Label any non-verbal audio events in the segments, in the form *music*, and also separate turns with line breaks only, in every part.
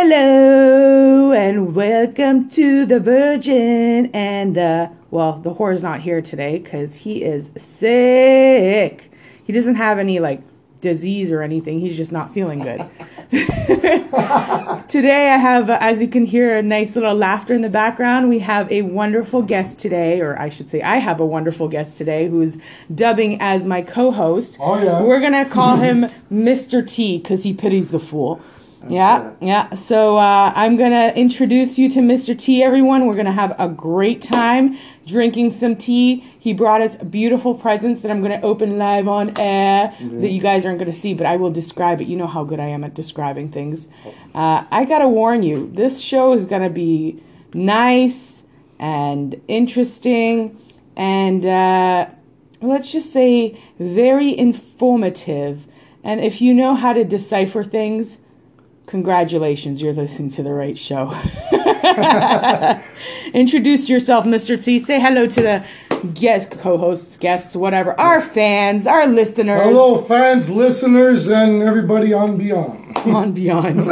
Hello and welcome to the Virgin and the well, the whore's not here today because he is sick. He doesn't have any like disease or anything. He's just not feeling good. *laughs* today I have, uh, as you can hear, a nice little laughter in the background. We have a wonderful guest today, or I should say, I have a wonderful guest today who's dubbing as my co-host.
Oh, yeah.
We're gonna call him Mr. T because he pities the fool. yeah,
right.
yeah. So uh, I'm gonna introduce you to Mr. T. Everyone, we're gonna have a great time drinking some tea. He brought us beautiful presents that I'm gonna open live on air that you guys aren't gonna see, but I will describe it. You know how good I am at describing things. Uh, I gotta warn you, this show is gonna be nice and interesting and. Uh, let's just say very informative. And if you know how to decipher things, congratulations, you're listening to the right show. *laughs* Introduce yourself, Mr. T. Say hello to the guest co-hosts, guests, whatever, our fans, our listeners
Hello, fans, listeners, and everybody on beyond.
on
*laughs*
beyond.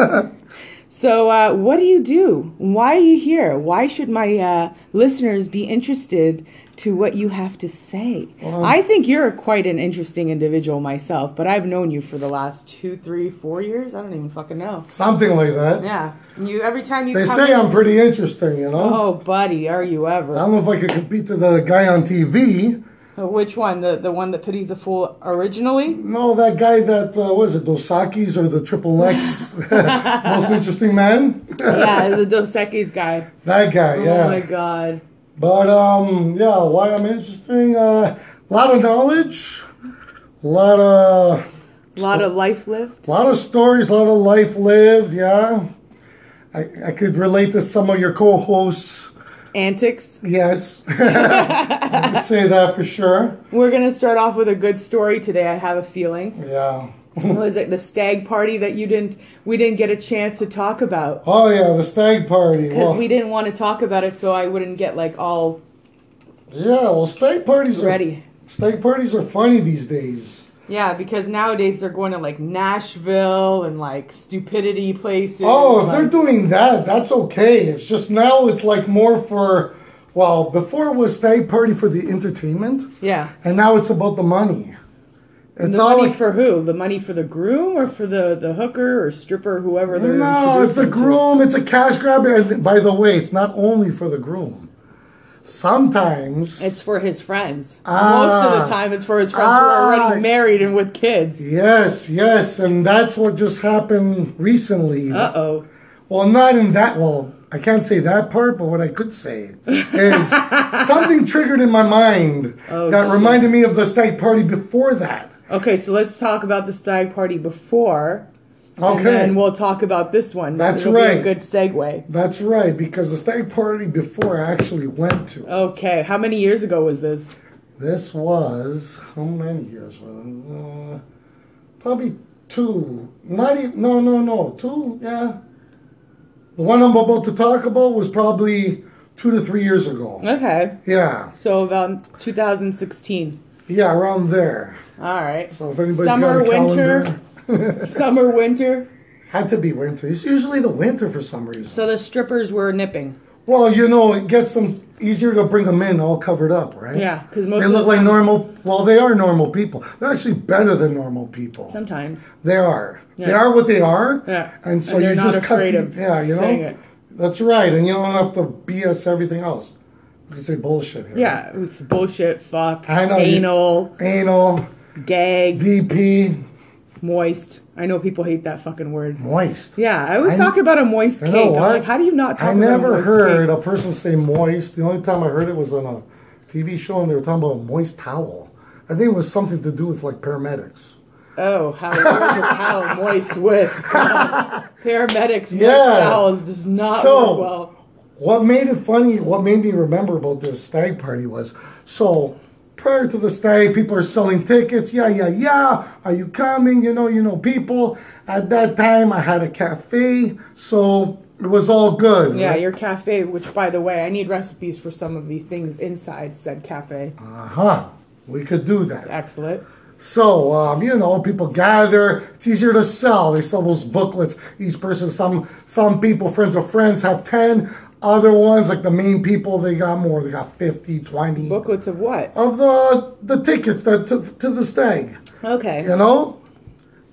so, uh, what do you do? Why are you here? Why should my uh, listeners be interested to what you have to say? I think you're quite an interesting individual myself, but I've known you for the last two, three, four years. I don't even fucking know.
Something like that.
Yeah, you every time you
They
come
say
in-
I'm pretty interesting, you know?
Oh, buddy, are you
I
ever?
don't know if I could compete to the guy on TV.
Which one? The the one that pities the fool originally?
*laughs* No, that guy that, uh, what is it, Dosakis or the Triple X, *laughs*
*laughs*
most interesting man?
yeah, the Dos Equis guy.
That guy,
Oh my
yeah.
god.
but, um, yeah, why I'm interesting? A lot of knowledge, a lot of
A lot of life lived.
A lot of stories, a lot of life lived, yeah. I, I could relate to some of your co hosts,
Antics.
yes. *laughs* I could say that for sure.
We're gonna start off with a good story today. I have a
*laughs*
feeling.
Yeah.
What was it the stag party that you didn't? We didn't get a chance to talk about
Oh, yeah, the stag party.
because
Well,
we didn't want to talk about it, so I wouldn't get like all
yeah, well, stag parties are,
ready.
Stag parties are funny these days.
Yeah, because nowadays they're going to like Nashville and like stupidity places.
Oh, if they're
like-
doing that, that's okay. It's just now it's like more for, well, before it was stag party for the entertainment,
yeah.
and now it's about the money. It's
The
all
money
like-
for who? The money for the groom or for the, the hooker or stripper, whoever they're
No, it's
introducing
the
to?
groom. It's a cash grab. And by the way, it's not only for the groom. Sometimes,
It's for his friends. Most of
Ah.
the time, it's for his friends who are already
Ah.
married and with kids.
yes, yes, and that's what just happened recently.
Uh oh.
Well, not in that. Well, I can't say that part, but what I could say
*laughs*
is something triggered in my mind
Oh,
that
shit.
reminded me of the stag party before that.
Okay, so let's talk about the stag party before,
Okay,
and then we'll talk about this one.
That's
It'll Be a
right.
good segue.
that's right because the stag party before I actually went to.
Okay, how many years ago was this?
This was how many years were there? Uh, probably two. Not even, no, no, no, two. Yeah. The one I'm about to talk about was probably two to three years ago.
Okay,
Yeah,
so about 2016.
yeah, around there.
All
*laughs*
right.
So if anybody's
Summer,
got a
winter,
calendar,
summer, winter.
had to be winter. It's usually the winter for some reason.
So the strippers were nipping.
well, you know, it gets them easier to bring them in all covered up, right?
Yeah, because most
They
of the
look like
time-
normal. Well, they are normal people. They're actually better than normal people.
Sometimes.
They are. They
Yeah.
are what they are.
Yeah.
And so
And they're
you
not
just cut
afraid
the-
of
yeah, you know.
saying it.
That's right. And you don't have to BS everything else. You can say bullshit here.
Yeah, it's bullshit, fuck,
I know you-
anal,
Anal,
gag,
DP,
moist. I know people hate that fucking word.
moist.
Yeah, I always
I-
talk about a moist
You
cake.
know
I'm
what?
like, how do you not talk
I
about a
never
moist
heard
cake?
a person say moist. The only time I heard it was on a TV show and they were talking about a moist towel. I think it was something to do with like paramedics.
Oh,
*laughs*
how hard is how moist with paramedics? Moist
Yeah.
towels does not
So-
work well.
What made it funny, what made me remember about this stag party was so prior to the stag, people are selling tickets. Yeah, yeah, yeah. Are you coming? You know, you know, people. At that time, I had a cafe, so it was all good.
Yeah,
right?
your cafe, which by the way, I need recipes for some of the things inside said cafe.
Uh huh. Uh-huh, We could do that.
Excellent.
So, um, you know, people gather. It's easier to sell. They sell those booklets. Each person, some some people, friends of friends, have 10. Other ones, like the main people, they got more. They got 50, 20.
Booklets of what?
Of the the tickets that to, to the stag,
Okay.
you know?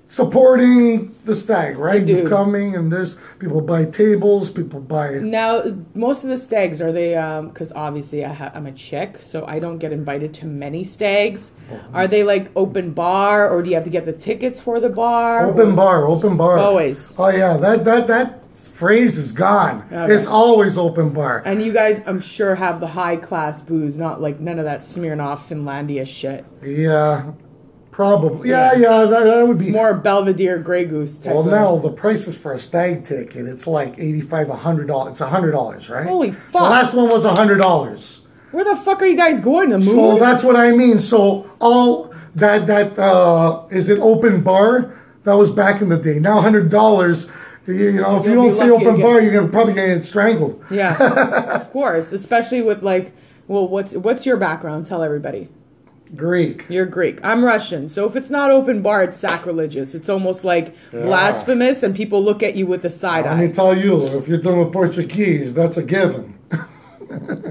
Supporting the stag, right?
They do.
You coming and this. People buy tables. People buy...
Now, most of the stags are they? Because obviously, I ha- I'm a chick, so I don't get invited to many stags. Are they like open bar, or do you have to get the tickets for the bar?
Open bar, open bar.
Always.
Oh, yeah. That, that, that phrase is gone.
Okay.
It's always open bar.
And you guys, I'm sure, have the high class booze, not like none of that Smirnoff Finlandia shit.
Yeah, probably. Yeah, yeah, that, that would be.
More Belvedere Grey Goose type.
well,
of-
now the prices for a stag ticket, it's like eighty-five, a hundred dollars. It's a hundred dollars, right?
Holy
The
fuck.
last one was a hundred dollars.
Where the fuck are you guys going? The moon?
So that's what I mean. So all that that uh, is an open bar. That was back in the day. Now hundred dollars. You, you know, if you
You'll
don't
be
say
lucky to
open
get-
bar, you're gonna probably gonna get strangled. *laughs*
yeah, of course. Especially with like, well, what's what's your background? Tell everybody.
Greek.
You're Greek. I'm Russian. So if it's not open bar, it's sacrilegious. It's almost like blasphemous, and people look at you with the side
Let me
eye.
tell you, if you're dealing with Portuguese, that's a given.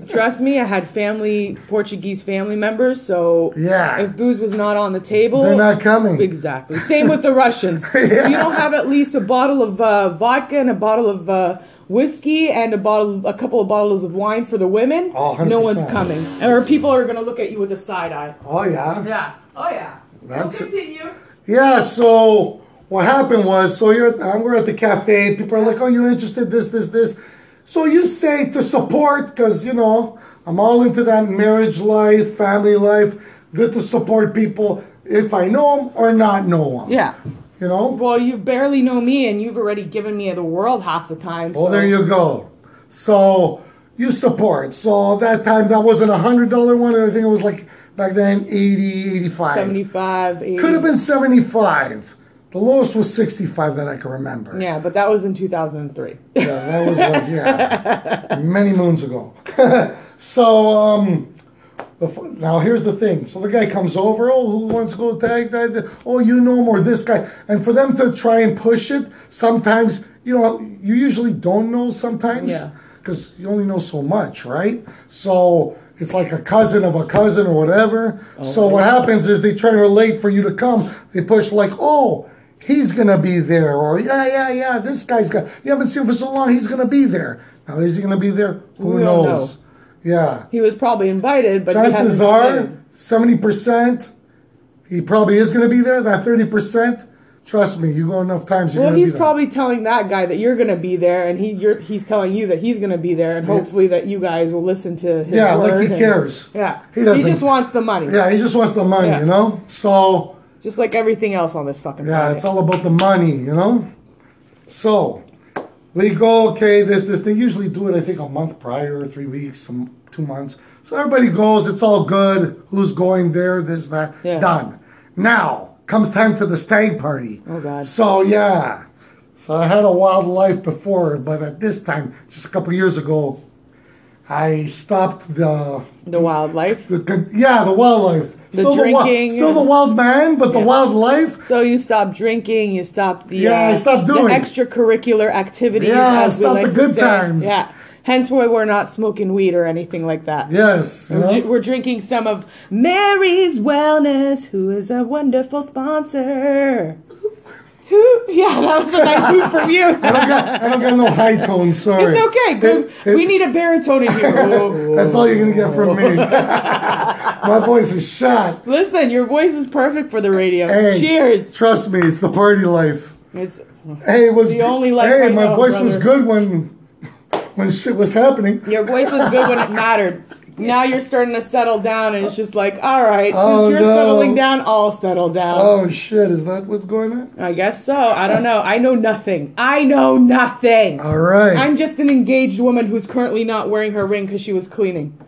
Trust me, I had family, Portuguese family members, so
Yeah.
if booze was not on the table,
They're not coming.
Exactly. Same with the
*laughs*
Russians. If you don't have at least a bottle of uh, vodka and a bottle of uh, whiskey and a bottle, a couple of bottles of wine for the women,
Oh, 100%.
no one's coming, or people are going to look at you with a side eye.
Oh yeah.
Yeah. Oh yeah.
That's-
so continue.
Yeah, so what happened was, so you're, at- um, we're at the cafe. People are like, oh, you're interested, this, this, this. So you say to support, because, you know, I'm all into that marriage life, family life. Good to support people if I know them or not know them.
Yeah.
You know?
Well, you barely know me, and you've already given me the world half the time.
Well,
so-
there you go. So you support. So that time, that wasn't a $100 one. I think it was like back then, 80 85
Seventy-five. 80.
Could have been 75 The lowest was 65 that I can remember.
Yeah, but that was in two thousand and three. *laughs*
Yeah, that was like yeah, many moons ago. so um, the, f- now here's the thing. So the guy comes over. Oh, who wants to go tag that? that- Oh, you know more this guy. And for them to try and push it, sometimes you know you usually don't know sometimes
Yeah.
because you only know so much, right? So. It's like a cousin of a cousin or whatever. so what happens is they try to relate for you to come. They push like, oh, he's gonna be there, or yeah, yeah, yeah, this guy's got. You haven't seen him for so long. He's gonna be there. Now is he gonna be there? Who
We don't
knows? Yeah.
He was probably invited, but he
Chances
hasn't
are
committed.
seventy percent. He probably is gonna be there. That thirty percent. Trust me, you go enough times. You're
Well,
gonna
he's
be there.
probably telling that guy that you're going to be there, and he you're, he's telling you that he's going to be there, and hopefully that you guys will listen to his
Yeah, like
word
he
and-
cares.
Yeah,
He doesn't-
He just wants the money,
Yeah, he just wants the money,
Yeah.
you know. So
just like everything else on this fucking
Yeah,
planet.
it's all about the money, you know? So, we go, okay, this, this. They usually do it, I think, a month prior, three weeks, some, two months. So everybody goes, it's all good. Who's going there, this, that.
Yeah.
Done. Now comes time to the stag party.
Oh, God.
So, yeah. So I had a wild life before, but at this time, just a couple years ago, I stopped the
the wildlife.
the con- yeah the wildlife.
The
wi-
drinking
still the
and-
wild man, but the wildlife
So you stop drinking, you stop the
Yeah,
uh,
I stopped
the
doing.
extracurricular activities.
Yeah, I
as we
stopped
like
the
to
good
say.
times.
Yeah, hence why we're not smoking weed or anything like that.
Yes. you
We're,
know?
ju- we're drinking some of Mary's Wellness, who is a wonderful sponsor. Who? Yeah, that was a nice move from you.
*laughs* I don't got I don't got no high tone, sorry.
It's okay. Good.
It- it-
we need a baritone in here. Whoa.
*laughs* that's all you're gonna get from me. *laughs* My voice is shot.
Listen, your voice is perfect for the radio.
Hey,
Cheers.
Trust me, it's the party life.
It's
Hey, it was
The only life
Hey,
I
my
know,
voice was
brother.
good when when shit was happening.
your voice was good when it mattered. Now you're starting to settle down, and it's just like, all right, since
Oh,
you're
no.
settling down, I'll settle down.
Oh shit, is that what's going on?
I guess so. I don't know. I know nothing. I know nothing.
All right.
I'm just an engaged woman who's currently not wearing her ring because she was cleaning.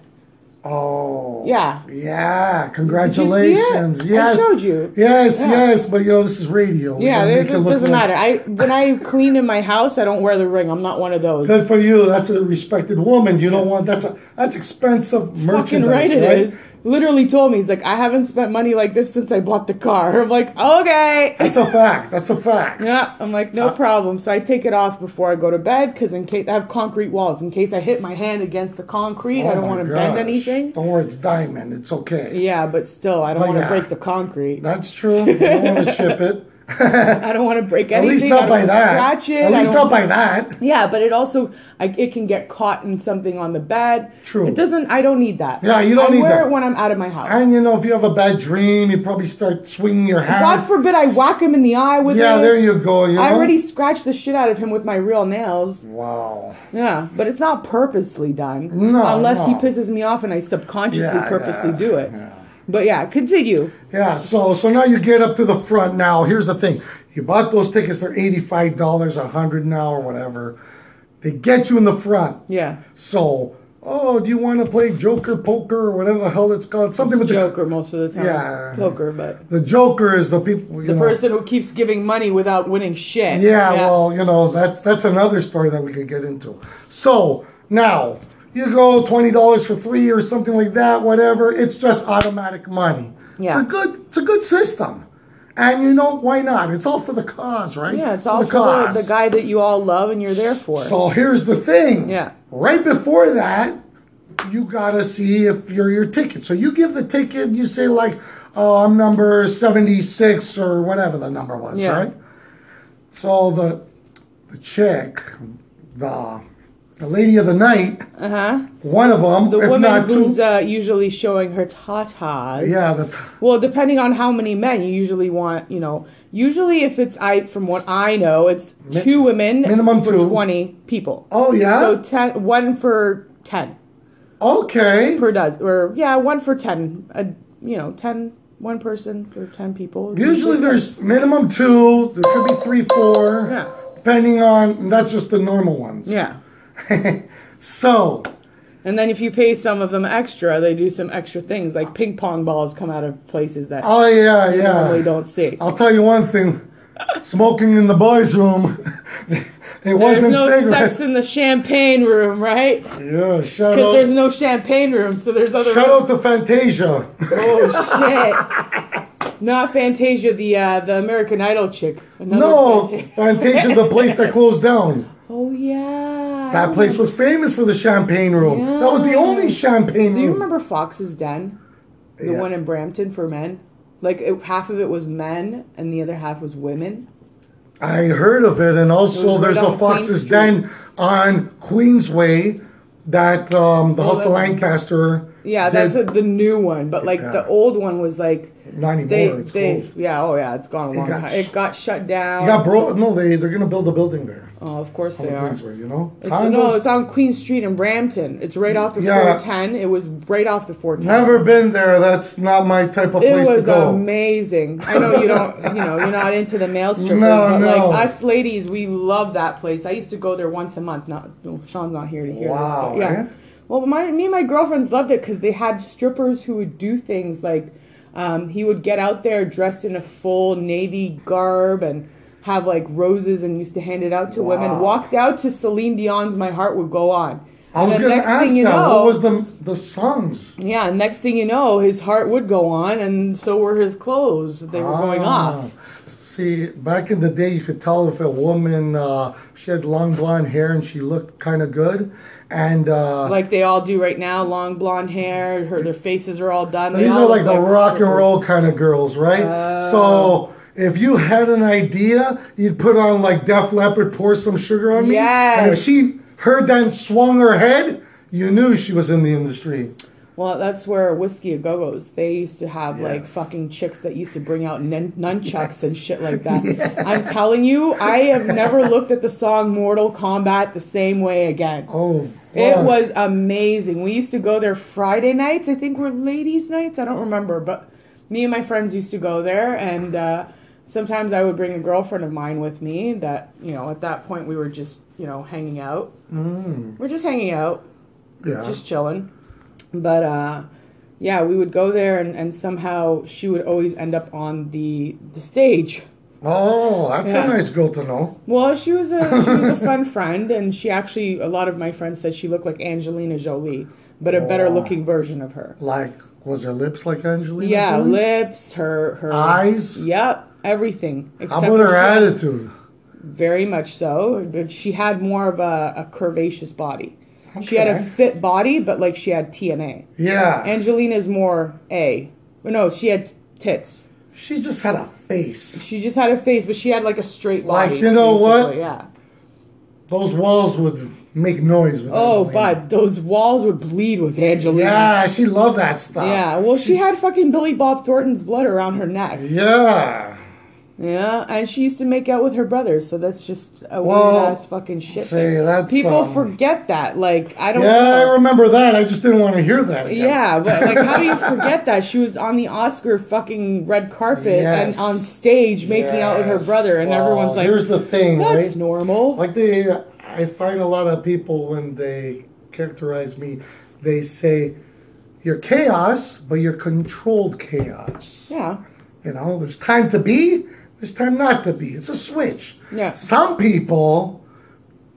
oh.
Yeah.
Yeah,
you see it?
congratulations.
I
Yes.
showed you.
Yes,
Yeah.
yes, but you know this is radio. We
Yeah,
gotta
it,
make look
doesn't
like-
matter. I when I clean in my house, I don't wear the ring. I'm not one of those.
Good for you. That's a respected woman. You don't want that's a that's expensive merchandise,
right it
right?
is. literally told me, he's like, I haven't spent money like this since I bought the car. *laughs* I'm like, okay.
That's a fact. That's a fact.
Yeah, I'm like,
Uh,
no problem. So I take it off before I go to bed because in case I have concrete walls, in case I hit my hand against the concrete, I
Oh
don't
my
want to bend
gosh.
anything.
Don't worry, it's diamond. It's okay.
Yeah, but still, I don't
But
want to
yeah.
break the concrete.
That's true. You don't want
*laughs*
to chip it.
I don't want to break
At
anything.
least
I
not
don't
by
wanna
that.
Scratch it.
At
I
least
don't-
not by that.
Yeah, but it also I, it can get caught in something on the bed.
True.
It doesn't. I don't need that.
Yeah, you don't
I
need
wear
that.
it when I'm out of my house.
And you know, if you have a bad dream, you probably start swinging your hand.
God forbid I whack him in the eye with it.
Yeah, there you go. You
I
know?
already scratched the shit out of him with my real nails.
Wow.
Yeah, but it's not purposely done.
No,
unless he
no.
pisses me off and I subconsciously
Yeah,
purposely
yeah,
do it. But yeah, continue.
Yeah, so so now you get up to the front. Now here's the thing: you bought those tickets; they're eighty-five dollars, a hundred now, or whatever. They get you in the front.
Yeah.
So, oh, do you want to play Joker, Poker, or whatever the hell it's called? Something with
Joker most of the time.
Yeah.
Poker, but
the the Joker is the people. You
the
know,
person who keeps giving money without winning shit.
Yeah, well, you know, that's that's another story that we could get into. So now you go twenty dollars for three or something like that, whatever. It's just automatic money.
Yeah.
It's a good it's a good system. And you know, why not? It's all for the cause, right?
Yeah, it's all for the, the guy that you all love and you're there for.
So here's the thing.
Yeah.
Right before that, you gotta see if you're your ticket. So you give the ticket, you say like, oh, I'm number seventy six or whatever the number was,
Yeah.
right? So the the chick, the the lady of the night,
uh huh.
one of them,
The
if
woman
not two,
who's uh, usually showing her tatas.
yeah, the t-
Well, depending on how many men you usually want, you know, usually if it's I, from what I know, it's two women,
minimum
for
two.
twenty people.
oh yeah,
So ten, one for ten
okay,
per dozen, or yeah, one for ten. A, you know, ten, one person for ten people.
Usually there's minimum two. There could be three, four.
Yeah.
Depending on that's just the normal ones.
yeah.
*laughs* So
And then if you pay some of them extra, they do some extra things like ping pong balls come out of places that
oh yeah,
you normally
yeah.
don't see.
I'll tell you one thing. Smoking in the boys' room. *laughs* it
There's
wasn't
no
cigarettes.
sex in the champagne room, right?
*laughs* yeah, shout
Because there's
out.
no champagne room, so there's other.
Shout out
*laughs*
to Fantasia. *laughs*
Oh shit! Not Fantasia, the uh, the American Idol chick. Another
no,
Fantasia.
Fantasia, the place that closed down.
Oh yeah.
That place was famous for the champagne room.
Yeah.
That was the only champagne
Do you
room.
remember Fox's Den, the
Hmm. Yeah.
one in Brampton for men? Like it, half of it was men and the other half was women.
I heard of it,
It
and also
was
there's
right
a
on Queen
Fox's
Street.
Den on Queensway that um, the House of
that-
Lancaster.
Oh, Yeah, that's a, the new one, but like
Yeah.
the old one was like
not anymore.
they
it's
they
closed.
yeah oh yeah it's gone a long
got
time.
sh-
it got shut down.
It got bro. No, they they're gonna build a building there.
oh, of course
on
they are.
Queensway, you know.
It's, no, it's on Queen Street in Brampton. It's right off the
Yeah.
410. It was right off the 410.
Never been there. That's not my type of
It
place to
was
go.
amazing. I know you don't, you know, you're not into the male strippers,
No,
but
no.
like us ladies, we love that place. I used to go there once a month. Not, no, Sean's not here to hear
Wow,
this. but yeah.
eh?
Well, my me and my girlfriends loved it because they had strippers who would do things like, um, he would get out there dressed in a full navy garb and have like roses and used to hand it out to women.
Wow.
Walked out to Celine Dion's "My Heart Would Go On."
I was
and
gonna
the next
ask
thing
that.
you
what
know,
was the the songs?
yeah, and next thing you know, his heart would go on, and so were his clothes. They were going
Ah.
off.
See, back in the day, you could tell if a woman uh, she had long blonde hair and she looked kind of good, and uh,
Like they all do right now, long blonde hair, her, their faces are all done. They
These
all
are
look
like the rock and roll kind of girls, right? so if you had an idea, you'd put on like Def Leppard, pour some sugar on me. And if
Yes.
she heard that and swung her head, you knew she was in the industry.
Well, that's where Whiskey A Go Go's, they used to have like
Yes.
fucking chicks that used to bring out nun- nunchucks and shit
*laughs*
like that. I'm telling you, I have never looked at the song Mortal Kombat the same way again.
Oh,
It
fuck.
was amazing. We used to go there Friday nights. I think were ladies' nights. I don't remember, but me and my friends used to go there, and uh, sometimes I would bring a girlfriend of mine with me. That you know, at that point we were just you know hanging out. Mm. We're just hanging out,
Yeah.
just chilling. But uh, yeah, we would go there, and, and somehow she would always end up on the the stage.
oh, that's
Yeah.
a nice girl to know.
Well, she was a she was a fun friend, and she actually a lot of my friends said she looked like Angelina Jolie. but a better looking version of her.
Like, was her lips like Angelina?
Yeah,
Jolie?
lips, her her
Eyes?
Yep, everything.
How
except
about
for
her
she-
attitude?
Very much so. But she had more of a, a curvaceous body. She had a
Okay.
fit body, but like she had TNA.
Yeah.
Angelina's more A. No, she had tits.
she just had a face.
She just had a face, but she had like a straight
Like,
body.
you know what?
basically, Yeah.
Those walls would make noise with
Oh,
Angelina.
but those walls would bleed with Angelina.
Yeah, she loved that stuff.
Yeah. Well, she had fucking Billy Bob Thornton's blood around her neck.
Yeah.
Yeah, and she used to make out with her brother, so that's just a
Well,
weird ass fucking shit.
see,
thing.
that's,
people
um,
forget that. Like I don't.
Yeah, I
know.
remember that. I just didn't want to hear that again.
Yeah, but like, how
*laughs*
do you forget that she was on the Oscar fucking red carpet
Yes.
and on stage making out with her
Yes.
brother, and
Well,
everyone's like,
here's the thing,
"That's
right?
normal."
Like they, I find a lot of people when they characterize me, they say, "You're chaos, but you're controlled chaos."
yeah,
You know, there's time to be, there's time not to be. It's a switch.
Yeah.
Some people,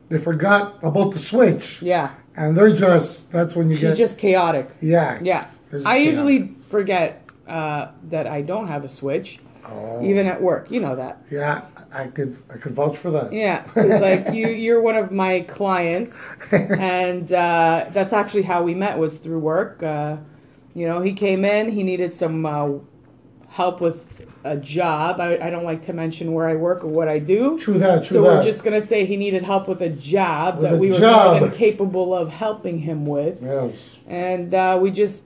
they forgot about the switch,
yeah,
and they're just that's when you
she's
get
just chaotic.
yeah
Yeah,
There's
I
chaotic.
usually forget uh, that I don't have a switch,
Oh.
even at work. You know that.
yeah. I could I could vouch for that.
Yeah, 'cause, like you, you're one of my
*laughs*
clients, and uh, that's actually how we met was through work. Uh, you know, he came in, he needed some uh, help with a job. I, I don't like to mention where I work or what I do.
True that. True
So
that.
we're just gonna say he needed help with a job
With
that
a
we were
job.
more than capable of helping him with,
yes.
and uh, we just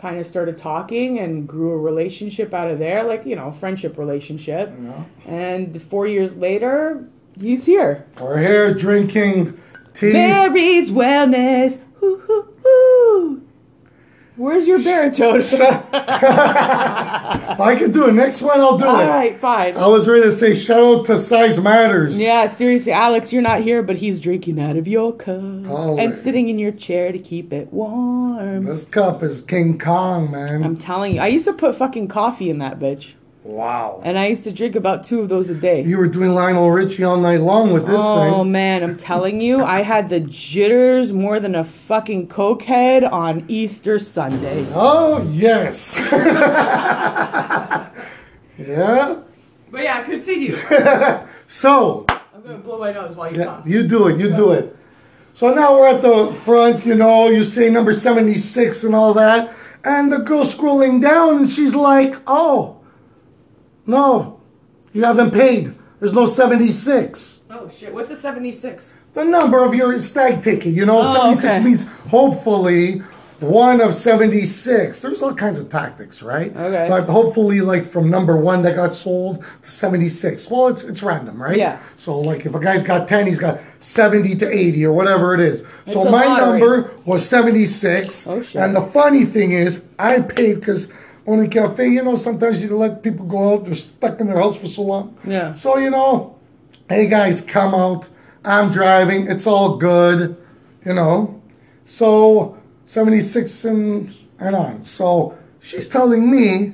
kind of started talking and grew a relationship out of there, like you know, friendship relationship.
Yeah.
And four years later, he's here.
We're here drinking tea.
Mary's Wellness. Ooh, ooh, ooh. Where's your
*laughs*
baritone?
I can do it. Next one, I'll do
All
it. Oh.
right, fine.
I was ready to say shout out to Size Matters.
Yeah, seriously, Alex, you're not here, but he's drinking out of your cup
All
and
right.
sitting in your chair to keep it warm.
This cup is King Kong, man.
I'm telling you, I used to put fucking coffee in that bitch,
wow.
and I used to drink about two of those a day.
You were doing Lionel Richie all night long with this
Oh
thing.
man, I'm telling you, I had the jitters more than a fucking cokehead on Easter Sunday.
Oh, yes. *laughs* yeah.
But yeah,
*laughs*
continue.
So,
I'm gonna blow my nose while you
yeah, you do it. You do it. So now we're at the front, you know, you say number 76 and all that. And the girl's scrolling down and she's like, oh, no, you haven't paid. There's no 76.
Oh shit! What's a seventy-six?
the number of your stag ticket. You know,
Oh,
76
okay.
means hopefully one of 76. There's all kinds of tactics, right?
Okay.
But hopefully, like from number one that got sold to 76. Well, it's, it's random, right?
Yeah.
So, like if a guy's got 10, he's got 70 to 80 or whatever it is. so,
It's a
my
lottery.
number was 76.
Oh, shit.
And the funny thing is, I paid because. On a cafe, you know, sometimes you let people go out, they're stuck in their house for so long.
Yeah.
So, you know, hey guys, come out. I'm driving. It's all good, you know. So 76 and, and on. So she's telling me,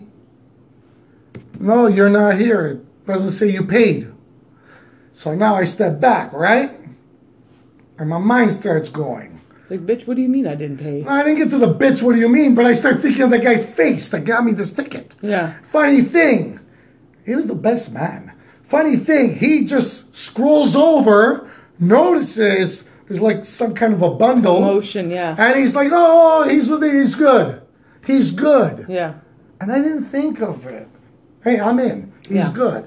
no, you're not here. It doesn't say you paid. So now I step back, right? And my mind starts going.
Like, bitch, what do you mean I didn't pay?
I didn't get to the bitch, what do you mean? But I start thinking of the guy's face that got me this ticket.
Yeah.
Funny thing, he was the best man. Funny thing, he just scrolls over, notices there's like some kind of a bundle,
Motion, yeah.
and he's like, "Oh, he's with me. He's good. He's good."
Yeah.
And I didn't think of it. Hey, I'm in. He's
Yeah.
good.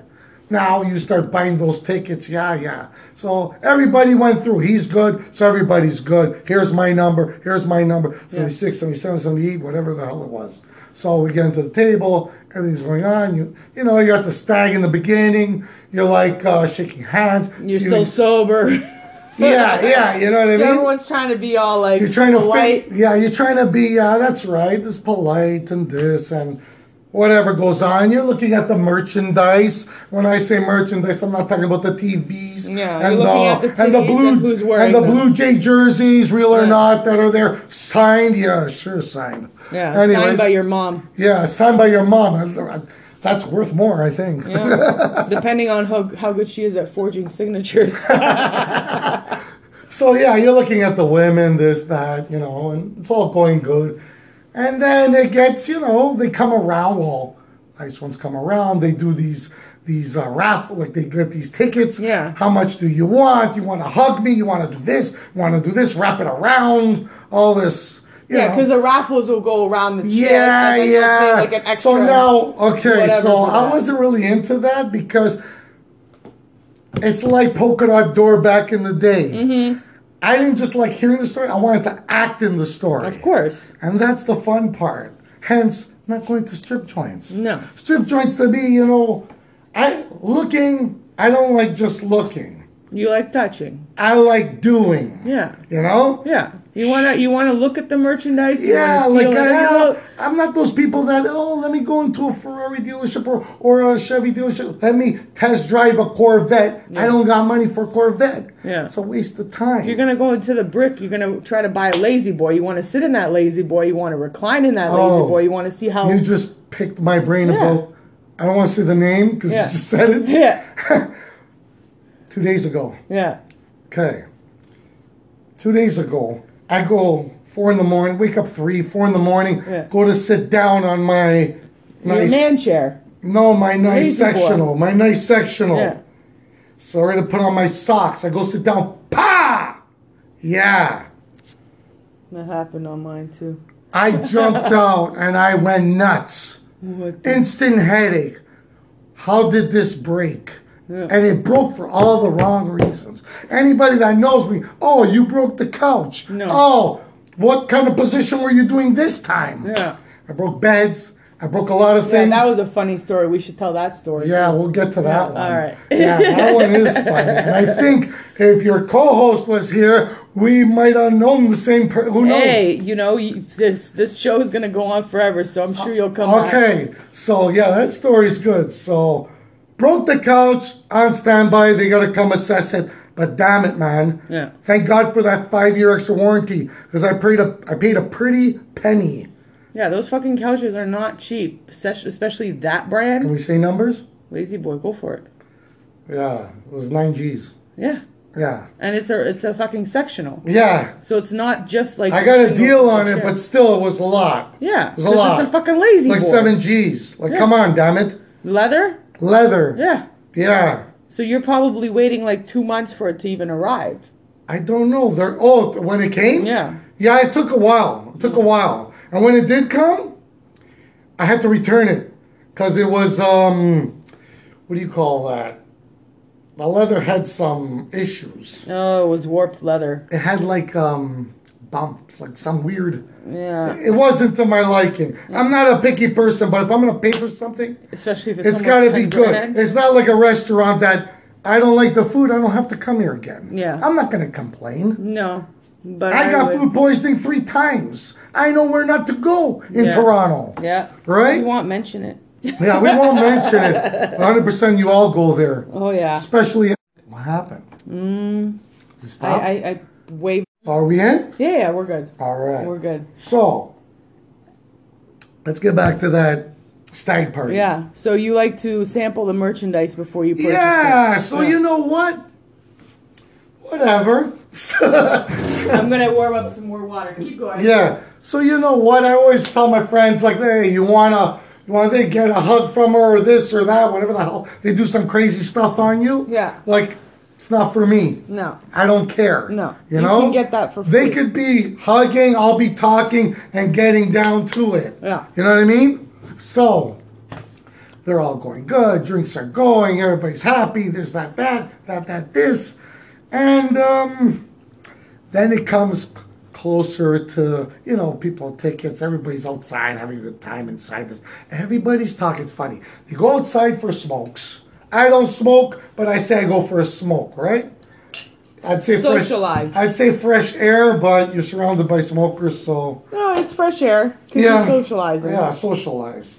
Now you start buying those tickets. Yeah, yeah. So everybody went through. He's good. So everybody's good. Here's my number. Here's my number. 76, 77, 78, whatever the hell it was. So we get into the table. Everything's going on. You you know, you're at the stag in the beginning. You're like uh, shaking hands.
You're
See
still
who's-
sober. *laughs*
Yeah, yeah. You know what I
So
mean?
everyone's trying to be all like
You're trying to
polite.
fit- yeah, you're trying to be. Uh, that's right. This polite and this and whatever goes on. You're looking at the merchandise. When I say merchandise, I'm not talking about the TVs.
Yeah,
and
you're looking
the,
at the
and the
TVs
blue
and who's wearing
and the
them.
blue Jay jerseys, real or
Right.
not, that are there signed. Yeah, sure signed.
yeah,
Anyways,
signed by your mom.
yeah, signed by your mom. That's worth more, I think. *laughs*
Yeah. Depending on how how good she is at forging signatures.
So yeah, you're looking at the women, this, that, you know, and it's all going good. And then it gets, you know, they come around. Well, nice ones come around. They do these these uh, raffle, like they get these tickets.
Yeah.
How much do you want? You want to hug me? You want to do this? You want to do this? Wrap it around. All this. You
Yeah,
know.
because the raffles will go around the chair.
Yeah, yeah.
Like an extra.
so now, okay,
whatever
so
for
I
that.
wasn't really into that because it's like polka dot door back in the day.
Mm-hmm.
I didn't just like hearing the story; I wanted to act in the story.
Of course.
and that's the fun part. Hence, not going to strip joints.
No.
strip joints to me, you know, I looking. I don't like just looking.
You like touching.
I like doing.
Yeah.
You know.
Yeah. You wanna you wanna look at the merchandise. You
Yeah,
wanna
like I,
feel
you
it
know,
out.
I'm not those people that oh let me go into a Ferrari dealership or, or a Chevy dealership. Let me test drive a Corvette. I don't got money for a Corvette.
Yeah.
it's a waste of time.
You're gonna go into the brick. You're gonna try to buy a lazy boy. You want to sit in that lazy boy. You want to recline in that
Oh.
lazy boy. You want to see how.
You just picked my brain
Yeah.
about. I don't want to say the name because
Yeah.
you just said it
*laughs* *laughs* yeah,
two days ago.
yeah,
Okay, two days ago I go four in the morning, wake up three, four in the morning,
Yeah.
go to sit down on my
your
nice Oh.
man chair.
no my nice
Lazy boy.
sectional, my nice sectional.
Yeah,
Sorry to put on my socks. I go sit down. Pa! Yeah.
that happened on mine too.
I
*laughs*
jumped out and I went nuts.
What the-
Instant headache. How did this break? And it broke for all the wrong reasons. Anybody that knows me, oh, you broke the couch.
No.
Oh, what kind of position were you doing this time?
Yeah.
I broke beds. I broke a lot of
Yeah,
things.
that was a funny story. We should tell that story.
Yeah, we'll get to that one.
all right.
Yeah, that one is funny. And I think if your co-host was here, we might have known the same per Who knows?
Hey, you know you, this this show is gonna go on forever, so I'm sure you'll come back.
Okay, so yeah, that story's good. So broke the couch on standby. They gotta come assess it. But damn it, man.
Yeah.
Thank God for that five-year extra warranty because I paid a I paid a pretty penny.
Yeah, those fucking couches are not cheap, especially especially that
Can
brand.
we say numbers?
Lazy boy, go for it.
Yeah, it was nine G's.
Yeah,
Yeah.
and it's a it's a fucking sectional,
Yeah.
so it's not just like
I got a
single
deal on it,
chair.
but still, it was a lot.
yeah,
was a
'cause
lot.
It's a fucking lazy
like
boy.
seven G's. Like,
Yeah.
come on, damn it.
leather.
Leather.
Yeah,
Yeah.
so you're probably waiting like two months for it to even arrive.
I don't know. They're oh, th- when it came.
Yeah.
Yeah, it took a while. It took a while, and when it did come, I had to return it because it was um, what do you call that? The leather had some issues.
Oh, it was warped leather.
It had like um bumps, like some weird.
Yeah,
It wasn't to my liking. I'm not a picky person, but if I'm gonna pay for something,
especially if it's
It's
almost
got to be
10
good.
grand.
It's not like a restaurant that I don't like the food. I don't have to come here again.
Yeah.
I'm not gonna complain.
No, but
I got
would-
food poisoning three times. I know where not to go in
Yeah.
Toronto.
Yeah,
Right?
You won't mention it.
Yeah, we won't
*laughs*
mention it. 100. percent You all go there,
Oh yeah,
especially. What happened? Mm,
I
we stopped.
I, I wave.
Are we in?
Yeah, yeah, we're good.
All right.
We're good.
So let's get back to that stag party.
Yeah. So you like to sample the merchandise before you purchase
Yeah.
it.
So you know what? Whatever. *laughs*
I'm gonna warm up some more water. Keep going.
Yeah. So you know what? I always tell my friends like, hey, you wanna, you wanna they get a hug from her or this or that, whatever the hell. They do some crazy stuff on you.
Yeah.
Like, it's not for me.
No.
I don't care.
No.
You,
You
know.
can get that for
They
free.
could be hugging. I'll be talking and getting down to it.
Yeah.
You know what I mean? So. They're all going good. Drinks are going. Everybody's happy. This, that, that, that, that, this, and um, then it comes c- closer to you know people tickets everybody's outside having a good time inside this everybody's talking it's funny they go outside for smokes i don't smoke but i say i go for a smoke right i'd say
Socialize.
fresh, i'd say fresh air but you're surrounded by smokers so
No, it's fresh air. Cause
Yeah.
you're socializing.
yeah socialize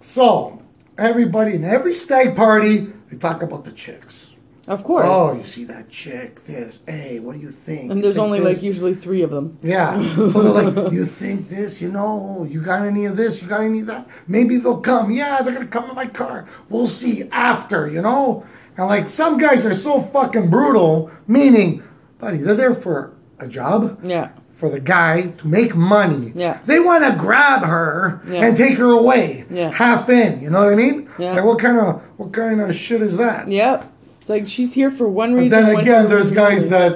so everybody in every stag party they talk about the chicks
Of course.
oh you see that chick this hey what do you think
and there's
You
only
think this?
like usually three of them.
Yeah. So they're like, you think this, you know, you got any of this, you got any of that? Maybe they'll come. Yeah, they're gonna come in my car. We'll see after, you know? And like some guys are so fucking brutal, meaning buddy, they're there for a job.
Yeah.
For the guy to make money.
Yeah.
They want to grab her
Yeah.
and take her away.
Yeah.
Half in, you know what I mean?
Yeah.
Like what kind of what kind of shit is that?
Yep. It's like she's here for one reason.
But then
one
again,
reason
there's guys
only.
that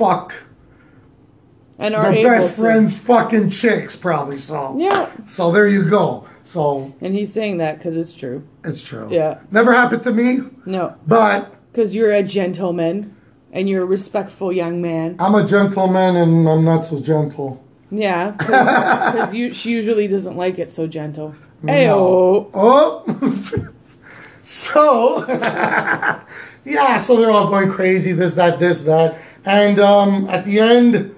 fuck
and
the
are able
best
to.
friends fucking chicks probably so.
Yeah.
So there you go. So
And he's saying that because it's true.
it's true.
Yeah.
Never happened to me,
No,
but
because you're a gentleman and you're a respectful young man.
I'm a gentleman and I'm not so gentle.
Yeah,
*laughs*
because she usually doesn't like it so gentle. Ayo.
Oh. *laughs* so, *laughs* yeah, so they're all going crazy, this, that, this, that. And um, at the end,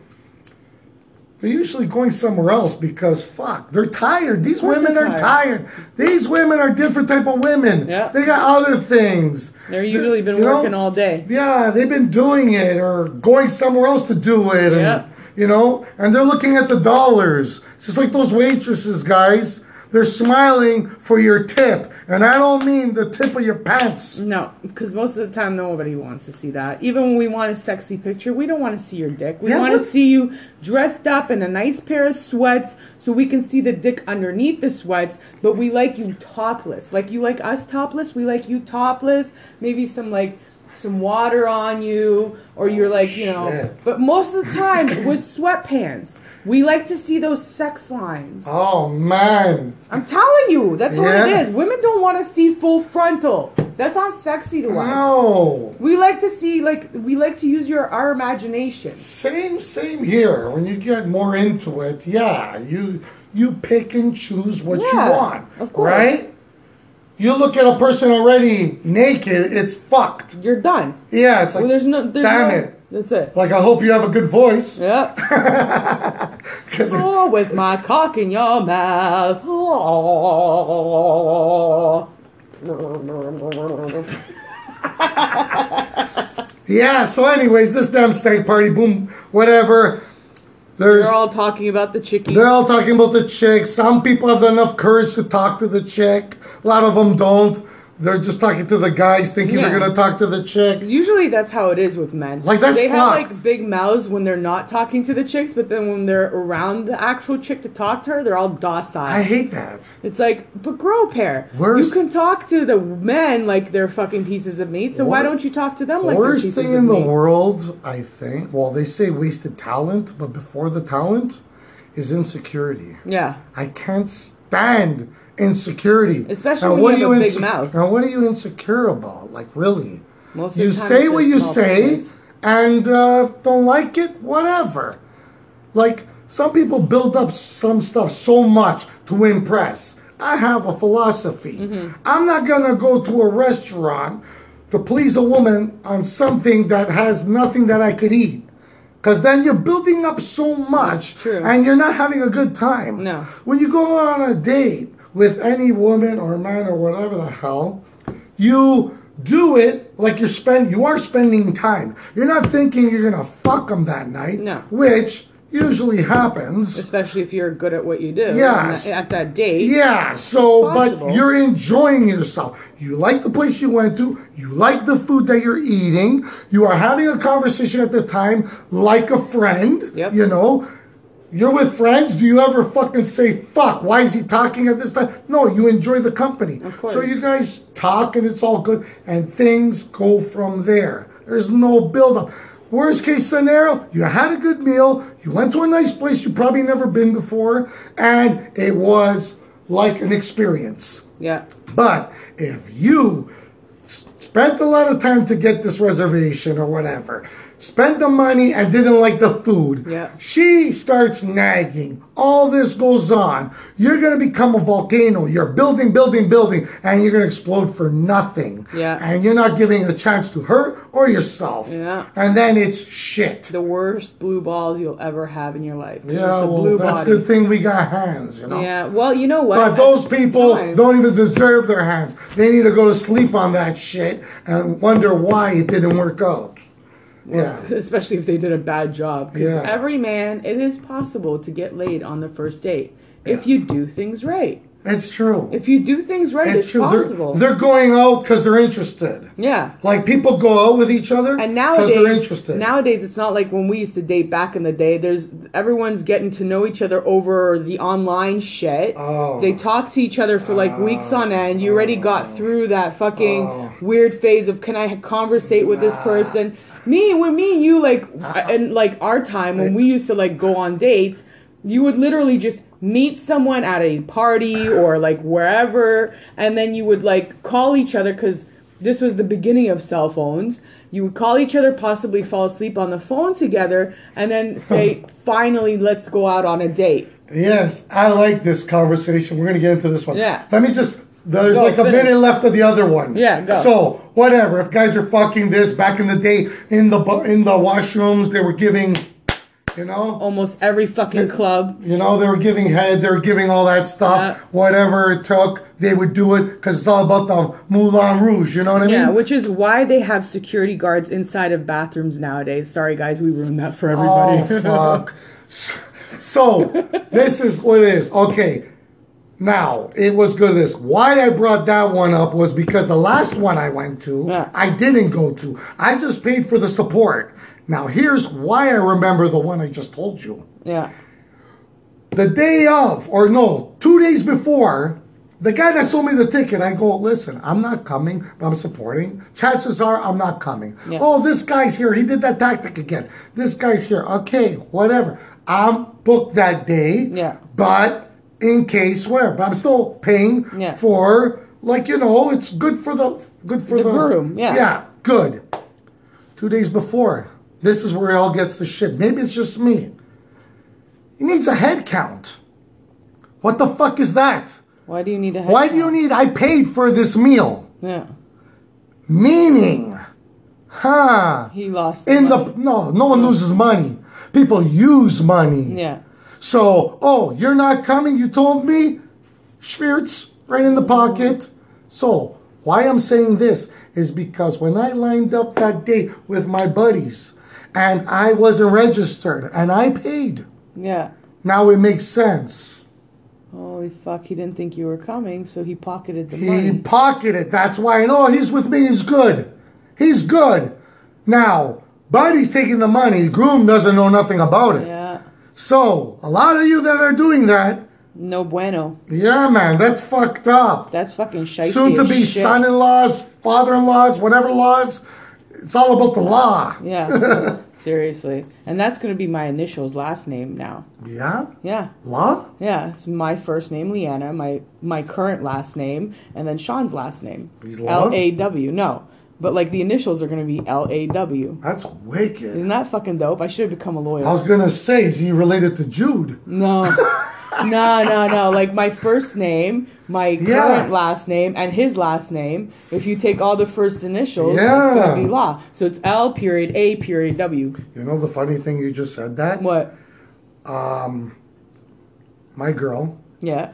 they're usually going somewhere else because fuck, they're tired. These
course
women
they're
are tired. These women are different type of women.
Yeah.
They got other things.
They're usually been
You know?
working all day.
Yeah, they've been doing it or going somewhere else to do it. And,
Yeah.
You know, and they're looking at the dollars. It's just like those waitresses, guys. They're smiling for your tip. And I don't mean the tip of your pants.
No, because most of the time nobody wants to see that. Even when we want a sexy picture, we don't want to see your dick. We
Yeah,
want to
what's-
see you dressed up in a nice pair of sweats so we can see the dick underneath the sweats, but we like you topless. Like you like us topless, we like you topless. Maybe some like some water on you or you're like, you know,
Oh, shit.
but most of the
*laughs*
time with sweatpants. We like to see those sex lines.
Oh, man.
I'm telling you, that's what
Yeah.
it is. Women don't want to see full frontal. That's not sexy to us.
No.
We like to see, like, we like to use your our imagination.
Same, same here. When you get more into it, yeah, you you pick and choose what
Yeah,
you want.
of course.
Right? You look at a person already naked, it's fucked.
You're done.
Yeah, it's like,
Well, there's no. There's
damn
no-
it.
That's it.
Like, I hope you have a good voice. *laughs*
Yeah.
'Cause-
oh, with my cock in your mouth. Oh.
yeah, so, anyways, this damn state party, boom, whatever. There's.
They're all talking about the chickie.
They're all talking about the chick. Some people have enough courage to talk to the chick. A lot of them don't. They're just talking to the guys, thinking
Yeah.
they're gonna talk to the chick.
Usually that's how it is with men.
Like, that's
they have
fucked.
like big mouths when they're not talking to the chicks, but then when they're around the actual chick to talk to her, they're all docile.
I hate that.
It's like, but grow pair.
Worst-
you can talk to the men like they're fucking pieces of meat. So why
Wor-
don't you talk to them like they're
Worst
pieces
thing
of
in the
meat?
world, I think. Well, they say wasted talent, but before the talent is insecurity.
Yeah,
I can't stand insecurity.
Especially
Now,
when you have a big
inse-
mouth.
Now, what are you insecure about? Like, really?
Most of
you
the time
say
it's
what
just
you
small
say,
pieces.
and uh, don't like it, whatever. Like, some people build up some stuff so much to impress. I have a philosophy.
Mm-hmm.
I'm not gonna go to a restaurant to please a woman on something that has nothing that I could eat. Because then you're building up so much
true.
and you're not having a good time.
No.
When you go on a date with any woman or man or whatever the hell, you do it like you're spend you are spending time. You're not thinking you're gonna fuck them that night.
No.
Which usually happens.
especially if you're good at what you do.
Yes.
and At that date.
Yeah, so
possible.
but you're enjoying yourself. You like the place you went to, you like the food that you're eating, you are having a conversation at the time like a friend.
Yep.
You know. You're with friends. Do you ever fucking say fuck? Why is he talking at this time? No, you enjoy the company. Of
course.
So you guys talk and it's all good, and things go from there. There's no buildup. Worst case scenario, you had a good meal, you went to a nice place you've probably never been before, and it was like an experience.
Yeah.
But if you s- spent a lot of time to get this reservation or whatever, spent the money and didn't like the food,
Yeah.
she starts nagging. All this goes on. You're going to become a volcano. You're building, building, building, and you're going to explode for nothing.
Yeah.
And you're not giving a chance to her or yourself.
Yeah.
And then it's shit.
The worst blue balls you'll ever have in your life.
Yeah,
It's a
well,
blue
that's
body.
good thing we got hands, you know?
Yeah. Well, you know what?
But
At
those
the
people
time-
don't even deserve their hands. They need to go to sleep on that shit and wonder why it didn't work out. Yeah.
*laughs* especially if they did a bad job. Because
Yeah.
every man, it is possible to get laid on the first date if you do things right.
It's true.
If you do things right, it's,
it's true. They're,
possible.
they're going out because they're interested.
yeah.
Like people go out with each other
And
because
nowadays,
they're interested.
nowadays it's not like when we used to date back in the day. There's everyone's getting to know each other over the online shit.
Oh.
They talk to each other for like weeks on end. You already got through that fucking
Oh.
weird phase of can I conversate with this person? Me with me and you like and like our time when we used to like go on dates, you would literally just meet someone at a party or like wherever and then you would like call each other cuz this was the beginning of cell phones. You would call each other, possibly fall asleep on the phone together, and then
*laughs*
say, finally, let's go out on a date.
Yes, I like this conversation. We're gonna get into this one.
Yeah.
Let me just. There's
Go,
like a
finish.
minute left of the other one.
Yeah, go.
So whatever. If guys are fucking this back in the day in the bu- in the washrooms, they were giving, you know,
Almost every fucking club.
you know, they were giving head, they were giving all that stuff.
Yeah.
Whatever it took, they would do it because it's all about the Moulin Rouge. You know what I
Yeah,
mean?
which is why they have security guards inside of bathrooms nowadays. Sorry, guys, we ruined that for everybody.
Oh fuck. S- So this is what it is. Okay. Now it was good. This why I brought that one up was because the last one I went to,
Yeah.
I didn't go to. I just paid for the support. Now here's why I remember the one I just told you.
*laughs* yeah.
The day of, or no, two days before, the guy that sold me the ticket, I go, listen, I'm not coming, but I'm supporting. Chances are I'm not coming.
Yeah.
Oh, this guy's here. He did that tactic again. This guy's here. Okay, whatever. I'm booked that day.
Yeah.
But in case where, but I'm still paying
Yeah.
for like you know, it's good for the good for the,
groom, yeah.
Mm-hmm. Yeah, good. Two days before. This is where it all gets to shit. Maybe it's just me. He needs a head count. What the fuck is that?
Why do you need a head
Why do you need? I paid for this meal.
Yeah.
Meaning, huh?
He lost.
In the
money.
no, no one loses money. People use money.
Yeah.
So, oh, you're not coming. You told me, Schmerz, right in the pocket. So, why I'm saying this is because when I lined up that date with my buddies, and I wasn't registered, and I paid.
Yeah.
Now it makes sense.
Holy fuck, he didn't think you were coming, so he pocketed the
He
money.
pocketed. That's why I know he's with me. He's good. He's good. Now, buddy's taking the money. Groom doesn't know nothing about it.
Yeah.
So, a lot of you that are doing that,
No bueno.
yeah, man, that's fucked up.
That's fucking shite.
Soon to be
shit.
son in laws, father in laws, whatever laws. It's all about the law. *laughs*
Yeah. Seriously. And that's going to be my initials, last name now.
Yeah?
Yeah.
Law?
Yeah, it's my first name, Leanna, my my current last name, and then Sean's last name.
He's Law?
L A W. No. But like the initials are gonna be L A W.
That's wicked.
Isn't that fucking dope? I should have become a lawyer.
I was going to say, is he related to Jude?
no. no, no, no. Like my first name, my
Yeah.
current last name, and his last name. If you take all the first initials, it's
Yeah.
gonna be law. So it's L period A period W.
You know the funny thing you just said that?
What?
My girl,
Yeah.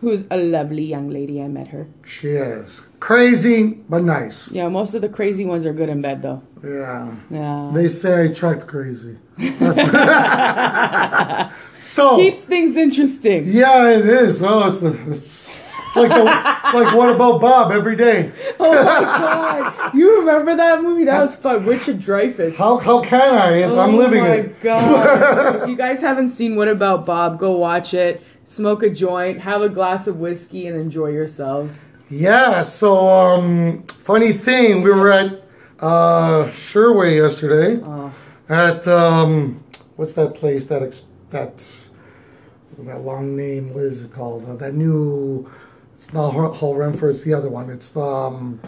Who's a lovely young lady. I met her.
she is crazy, but nice.
Yeah, most of the crazy ones are good in bed though.
Yeah.
Yeah.
They say I tracked crazy. That's *laughs* so
keeps things interesting.
yeah, it is. Oh, it's the, it's, it's like the, it's like what about Bob every day?
Oh my god! You remember that movie? That was fun. Richard Dreyfuss.
How how can I? If I'm living
oh my
it.
god! if you guys haven't seen What About Bob, go watch it. Smoke a joint, have a glass of whiskey, and enjoy yourselves.
Yeah. So um, funny thing, we were at uh Sherway yesterday
Oh.
at um, what's that place that ex- that that long name? What is it called? Uh, that new. It's not Hall Hall Renfrew. It's the other one. It's um.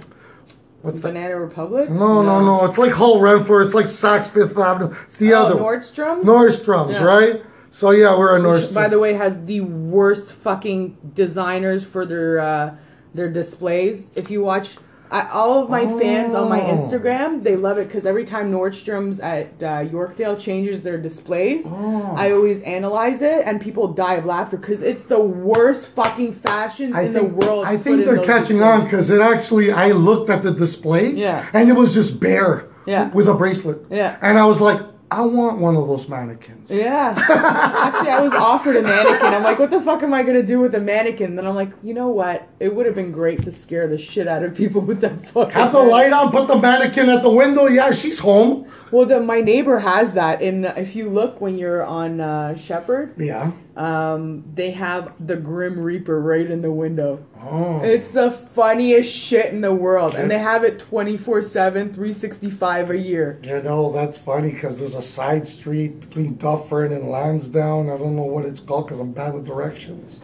What's Banana Republic?
No, no, no. It's like Hall Renfrew. It's like Saks Fifth Avenue. It's the
Oh,
other one.
Nordstrom.
Nordstrom's,
Yeah.
right? So yeah, we're at
Which,
Nordstrom.
by the way, has the worst fucking designers for their uh, their displays. If you watch. I, all of my fans on my
Oh.
Instagram, they love it because every time Nordstrom's at uh, Yorkdale changes their displays,
Oh.
I always analyze it, and people die of laughter because it's the worst fucking fashions
I
in
think,
the world.
I
put
think
in
they're
those
catching
displays.
on *laughs* because it actually. I looked at the display.
Yeah.
And it was just bare.
Yeah.
With a bracelet.
Yeah.
And I was like, I want one of those mannequins.
Yeah. Actually, I was offered a mannequin. I'm like, what the fuck am I gonna do with a mannequin? Then I'm like, you know what? It would have been great to scare the shit out of people with that fucking.
Have the
thing.
light on, put the mannequin at the window. Yeah, she's home.
Well, the, my neighbor has that, and if you look when you're on uh, Shepherd,
Yeah.
um, they have the Grim Reaper right in the window.
Oh.
It's the funniest shit in the world, and they have it 24 7, 365 a year.
You know, that's funny because there's a side street between Dufferin and Lansdowne. I don't know what it's called because I'm bad with directions.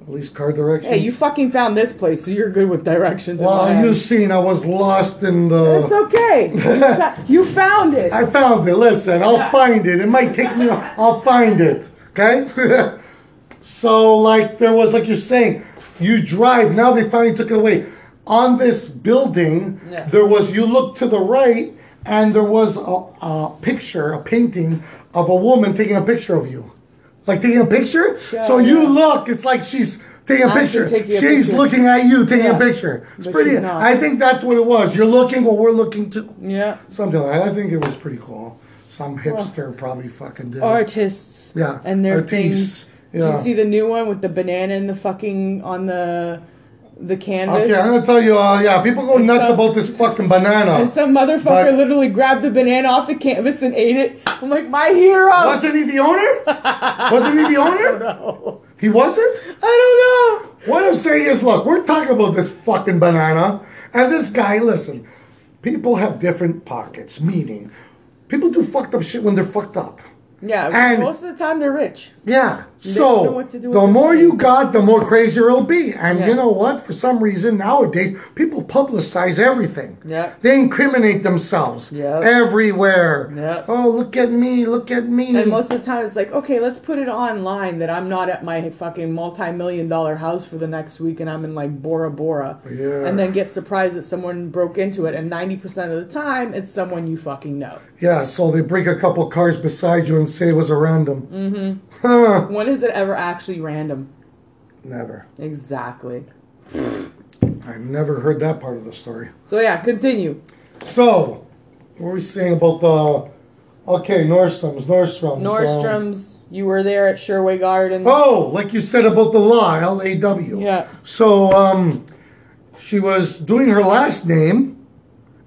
At least car directions.
Hey, you fucking found this place, so you're good with directions. in my
well,
head.
you seen I was lost in
It's
the.
okay. You,
*laughs*
fo- you found it.
I found it. Listen, I'll find it. It might take me. I'll find it. Okay. *laughs* so like there was like you're saying, you drive. Now they finally took it away. On this building,
Yeah.
there was you look to the right, and there was a, a picture, a painting of a woman taking a picture of you, like taking a picture. so
yeah.
you look. It's like she's. Taking a
I'm
picture.
taking a
She's
picture.
looking at you, taking
Yeah.
a picture. It's
But
pretty.
she's not.
I think that's what it was. You're looking, what we're looking too.
yeah.
Something like that. I think it was pretty cool. Some hipster probably fucking did. it.
Artists.
Yeah,
And their
artists,
things. Did
yeah.
you see the new one with the banana and the fucking on the the canvas?
Okay, I'm gonna tell you. Uh, yeah, people go nuts
some-
about this fucking banana.
And some motherfucker
But-
literally grabbed the banana off the canvas and ate it. I'm like, my hero.
wasn't he the owner?
*laughs*
wasn't he the owner? He wasn't.
I don't know.
What I'm saying is, look, we're talking about this fucking banana, and this guy. Listen, people have different pockets. Meaning, people do fucked up shit when they're fucked up.
Yeah,
And-
most of the time they're rich.
Yeah.
don't know
So
what to do with
the
their
more
money.
you got, the more crazier it'll be. And
Yeah.
you know what? For some reason nowadays, people publicize everything.
Yeah.
They incriminate themselves.
Yeah.
Everywhere.
Yeah.
Oh, look at me! Look at me!
And most of the time it's like, okay, let's put it online that I'm not at my fucking multi million dollar house for the next week and I'm in like Bora Bora.
Yeah.
And then get surprised that someone broke into it. And 90% of the time it's someone you fucking know.
yeah. So they break a couple cars beside you and say it was a random.
Mm.
Mm-hmm. Huh?
When is it ever actually random?
Never.
Exactly.
I never heard that part of the story.
So yeah, continue.
So, what were we saying about the? Okay, Nordstrom's. Nordstrom's. um,
Nordstrom's, you were there at Sherway Gardens.
Oh, like you said about the law, L A W.
Yeah.
So um, she was doing her last name,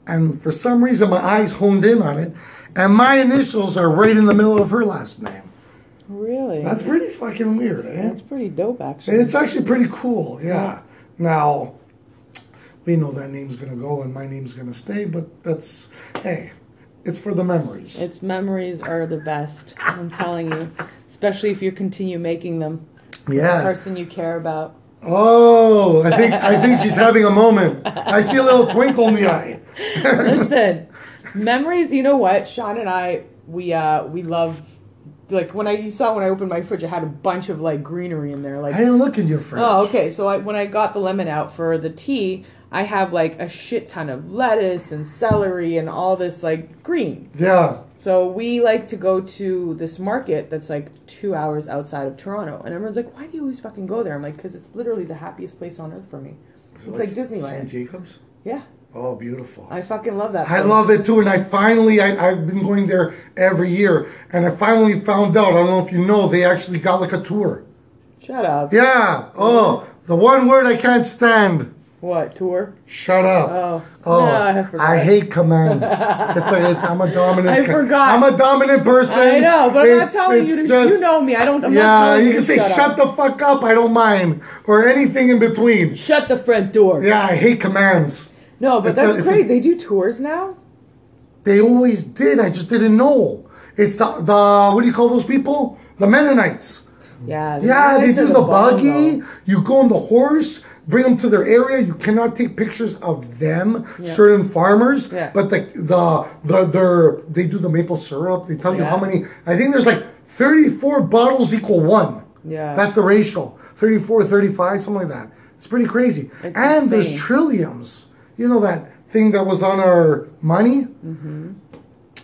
and for some reason my eyes honed in on it, and my initials are right in the middle of her last name.
Really?
That's pretty fucking weird, eh?
That's pretty dope, actually.
It's actually pretty cool, yeah. Now, we know that name's gonna go and my name's gonna stay, but that's hey, it's for the memories.
Its memories are the best. I'm telling you, especially if you continue making them.
yeah.
Person you care about.
Oh, I think I think she's having a moment. I see a little twinkle in the eye.
Listen, memories. You know what? Sean and I, we uh, we love. Like when I, you saw when I opened my fridge, I had a bunch of like greenery in there. Like
I didn't look in your fridge.
Oh, okay. So I, when I got the lemon out for the tea, I have like a shit ton of lettuce and celery and all this like green.
Yeah.
So we like to go to this market that's like two hours outside of Toronto, and everyone's like, "Why do you always fucking go there?" I'm like, "Cause it's literally the happiest place on earth for me. It's like
St.
Disneyland.
Jacobs.
Yeah,
Oh, beautiful. I,
I fucking love that. place.
love it too, and I finally I, I've been going there every year, and I finally found out. I don't know if you know, they actually got like a tour.
Shut up.
Yeah. Oh, the one word I can't stand.
What tour?
Shut up.
Oh, *laughs*
Oh,
No, I forgot.
I, hate commands. it's like it's,
*laughs*
I'm a dominant.
I forgot.
I'm a dominant person.
I know, but I'm not
It's-
telling you.
it's
To, you
just-
know me. I don't. I'm not
Yeah,
telling
you can
to
say shut,
up.
the fuck up. I don't mind, or anything in between.
Shut the front door.
Yeah, I hate commands.
No, but
It's a-
that's
it's a-
great. they do tours now.
They always did. I just didn't know. It's the the what do you call those people? The Mennonites.
Yeah.
Yeah, they
Mennonites
do
are
the,
bomb,
buggy.
though.
You go on the horse, bring them to their area. You cannot take pictures of them, certain farmers.
Yeah.
But the the the their, they do the maple syrup. They tell you how
Yeah.
many. I think there's like 34 bottles equal one.
Yeah.
That's the ratio. 34, 35, something like that. It's pretty crazy.
It's
and there's
insane.
trilliums. You know that thing that was on our money?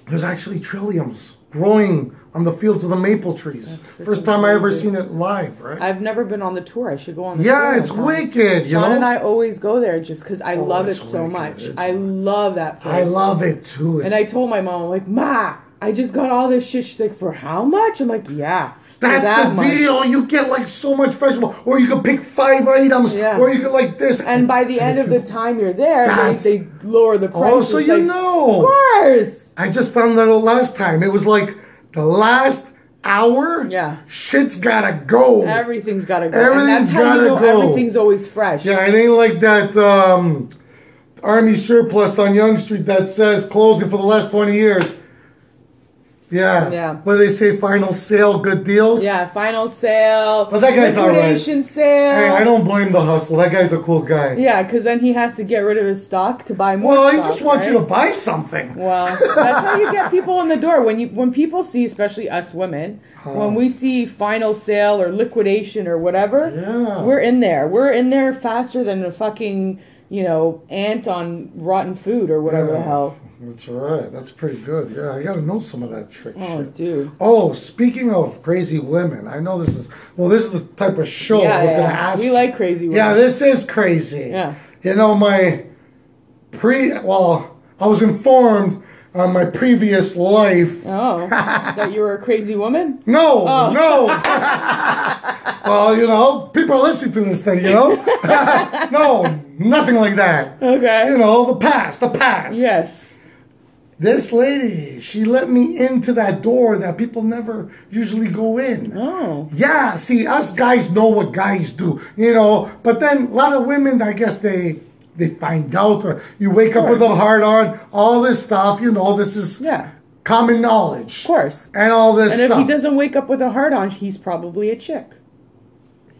There's actually trilliums growing on the fields of the maple trees. First time I ever seen it live, right?
I've never been on the tour. I should go on the tour.
yeah,
one
it's
time.
wicked. You
Sean
know,
and I always go there just because
Oh,
I love it
it's
so
wicked.
much.
It's
I love that place.
I love it too.
And I told my mom, I'm like, Ma, I just got all this shit. She's like, for how much? I'm like, yeah. for
That's
that
the
much."
deal. You get like so much vegetable, or you could pick five items,
Yeah.
or you could like this.
And by the end of the time you're there,
That's-
they, they lower the price.
oh, so
It's
you
like, Of
know.
course.
I just found that out last time. It was like the last hour.
Yeah.
Shit's gotta go.
Everything's gotta go. and
Everything's
that's how
gotta
you know
go.
everything's always fresh.
Yeah, it ain't like that um, army surplus on Young Street that says closing for the last 20 years. Yeah.
Yeah.
What do they say? Final sale, good deals?
Yeah, final sale.
But that guy's all right.
liquidation sale.
Hey, I don't blame the hustle. That guy's a cool guy.
Yeah, because then he has to get rid of his stock to buy more.
Well, he
stock,
just wants
right?
you to buy something.
Well, that's how you get people in the door. When you when people see, especially us women, when we see final sale or liquidation or whatever,
Yeah.
we're in there. We're in there faster than a fucking you know ant on rotten food or whatever the
Yeah.
hell.
That's right. That's pretty good. Yeah, I gotta know some of that trick
Oh,
shit.
dude.
Oh, speaking of crazy women, I know this is well. This is the type of show Oh, I was gonna ask.
We like crazy women.
Yeah, this is crazy.
Yeah.
You know, my pre well, I was informed on my previous life. *laughs*
Oh, that you were a crazy woman?
No,
Oh.
no. *laughs* well, you know, people are listening to this thing, you know? *laughs* no, nothing like that. You
Okay.
know, the past, the past.
Yes.
This lady, she let me into that door that people never usually go in.
Oh.
Yeah, see, us guys know what guys do, you know. But then a lot of women, I guess they they find out, or you wake up with a hard on, all this stuff, you know. This is
Yeah.
common knowledge, of
course.
and all this
And if
stuff.
he doesn't wake up with a heart on, he's probably a chick.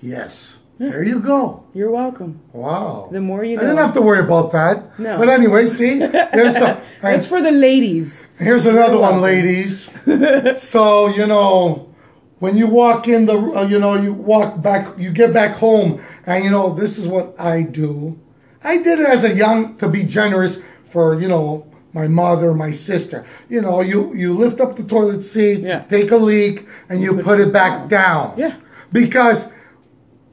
yes, there you go.
You're welcome.
Wow.
The more you
I didn't
know.
have to worry about that.
No.
But anyway, see, there's
*laughs*
the. and
That's for the ladies.
Here's another one,
welcome.
ladies.
*laughs*
so you know, when you walk in the, uh, you know, you walk back, you get back home, and you know, this is what I do. I did it as a young to be generous for you know my mother, my sister. You know, you you lift up the toilet seat,
Yeah.
take a leak, and you put it back down.
Yeah.
because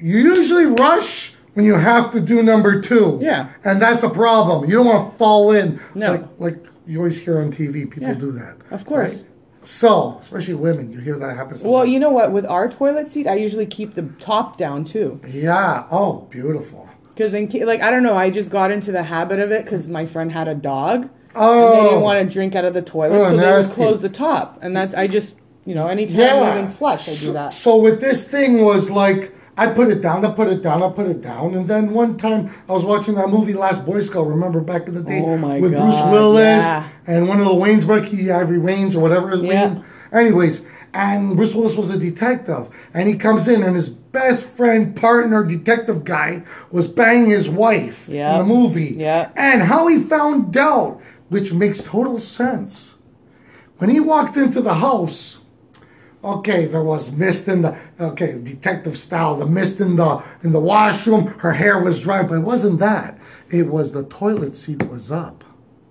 you usually rush. When you have to do number two,
Yeah.
and that's a problem. You don't want to fall in
No.
like like you always hear on TV, people
Yeah,
do that.
of course.
So, especially women, you hear that happens. a
Well,
lot.
you know what? With our toilet seat, I usually keep the top down too.
yeah. Oh, beautiful.
Because in ca- like I don't know, I just got into the habit of it because my friend had a dog. And they
Oh,
didn't want to drink out of the toilet,
Oh,
so they
nasty.
would close the top. And that I just, you know, anytime
yeah.
we even flush, I do
so,
that.
so with this thing was like, I put it down, I put it down, I put it down, and then one time I was watching that movie Last Boy Scout. Remember back in the day
Oh my
with
God,
Bruce Willis
yeah.
and one of the Wayne's Bucky, Ivory Wayne's or whatever his
Yeah.
name. Anyways, and Bruce Willis was a detective, and he comes in, and his best friend, partner, detective guy was banging his wife in
Yeah.
the movie.
Yeah.
And how he found out, which makes total sense. When he walked into the house, okay, there was mist in the okay, detective style, the mist in the in the washroom, her hair was dry, but it wasn't that. It was the toilet seat was up.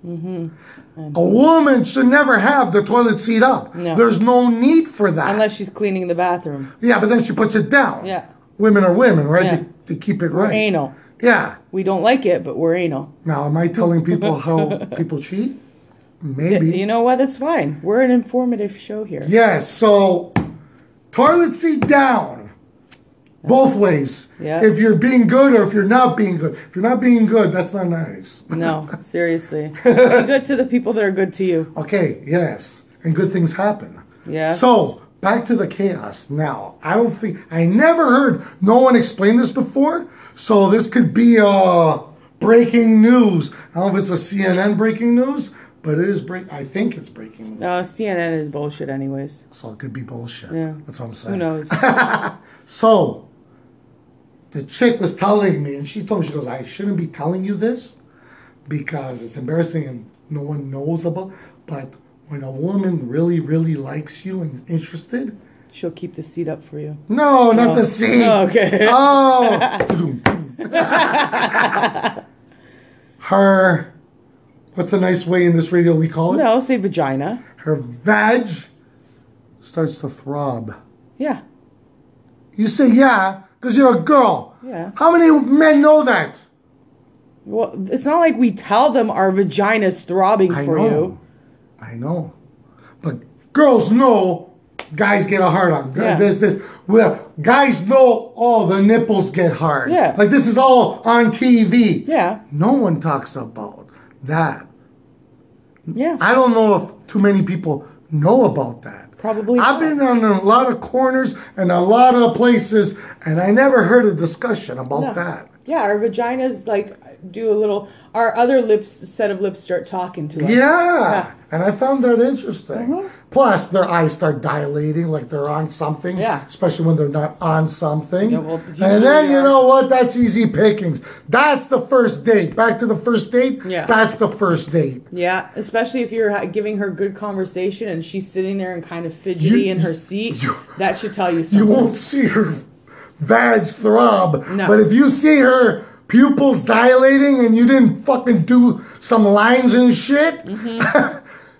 A woman should never have the toilet seat up.
Mm-hmm. No.
There's no need for that.
Unless she's cleaning the bathroom.
yeah, but then she puts it down.
Yeah.
Women are women, right?
Yeah.
They, they keep it right.
Anal.
Yeah.
We don't like it, but we're anal.
Now, am I
*laughs*
telling people how people cheat? Maybe.
You know what? That's fine. We're an informative show here.
Yes, so toilet seat down. Both ways.
Yeah.
If you're being good or if you're not being good. If you're not being good, that's not nice.
No,
*laughs*
seriously. Be good to the people that are good to you.
Okay, yes. And good things happen.
Yes.
So back to the chaos now. I don't think I never heard no one explain this before. So this could be uh breaking news. I don't know if it's a CNN breaking news, but it is break. I think it's breaking news.
No, CNN is bullshit, anyways.
So it could be bullshit.
Yeah.
That's what I'm saying.
Who
*laughs*
knows?
So the chick was telling me, and she told me, she goes, I shouldn't be telling you this because it's embarrassing and no one knows about. But when a woman really, really likes you and interested,
She'll keep the seat up for you. *laughs*
no, not the seat.
Oh, okay.
Oh,
*laughs*
her. What's a nice way in this radio we call it?
No, say vagina.
Her vag starts to throb.
Yeah.
You say yeah because you're a girl.
Yeah.
How many men know that?
Well, it's not like we tell them our vagina's throbbing
I
for
know.
you.
I know. But girls know guys get a hard on. Gir-
Yeah.
This, this. Well, guys know, oh, the nipples get hard.
Yeah.
Like this is all on TV.
Yeah.
No one talks about that.
Yeah.
I don't know if too many people know about that.
Probably
I've been on a lot of corners and a lot of places, and I never heard a discussion about
No.
that.
Yeah, our vaginas like do a little. Our other lips, set of lips, start talking to us.
Yeah. And I found that interesting.
Mm-hmm.
Plus, their eyes start dilating like they're on something.
Yeah.
Especially when they're not on something.
Yeah, well,
and then
usually,
you
uh,
know what? That's easy pickings. That's the first date. Back to the first date.
Yeah.
That's the first date.
Yeah, especially if you're ha- giving her good conversation and she's sitting there and kind of fidgety
You-
in her seat.
you-
that should tell you something.
You won't see her vag throb.
Mm-hmm. No.
But if you see her pupils dilating and you didn't fucking do some lines and shit, *laughs*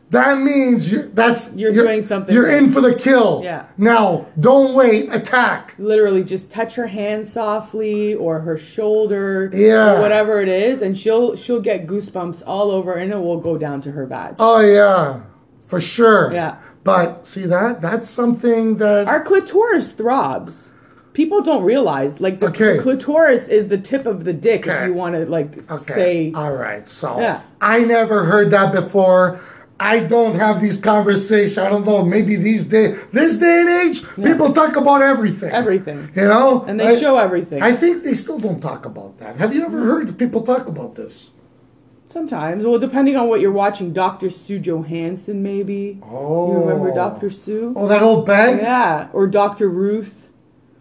that means you, that's
Mm-hmm. You're doing something
You're in
right.
for the kill.
Yeah.
Now, don't wait. Attack.
Literally, just touch her hand softly or her shoulder,
Yeah.
or whatever it is, and she'll she'll get goosebumps all over, and it will go down to her badge.
Oh yeah, for sure.
Yeah.
But see that that's something that
Our clitoris throbs. People don't realize like the
Okay.
clitoris is the tip of the dick.
Okay.
If you want to like
Okay.
say
Um, All right. So
Yeah.
I never heard that before. I don't have these conversations. I don't know. Maybe these day, this day and age, people talk about everything.
Everything.
You know.
and they
I-
show Mm-hmm. everything.
I think they still don't talk about that. Have you ever heard people talk about this?
Sometimes, well, depending on what you're watching, Doctor Sue Johansson maybe. you remember
Oh.
Doctor Sue?
Oh, that old bag. Ah,
Yeah, or Doctor Ruth.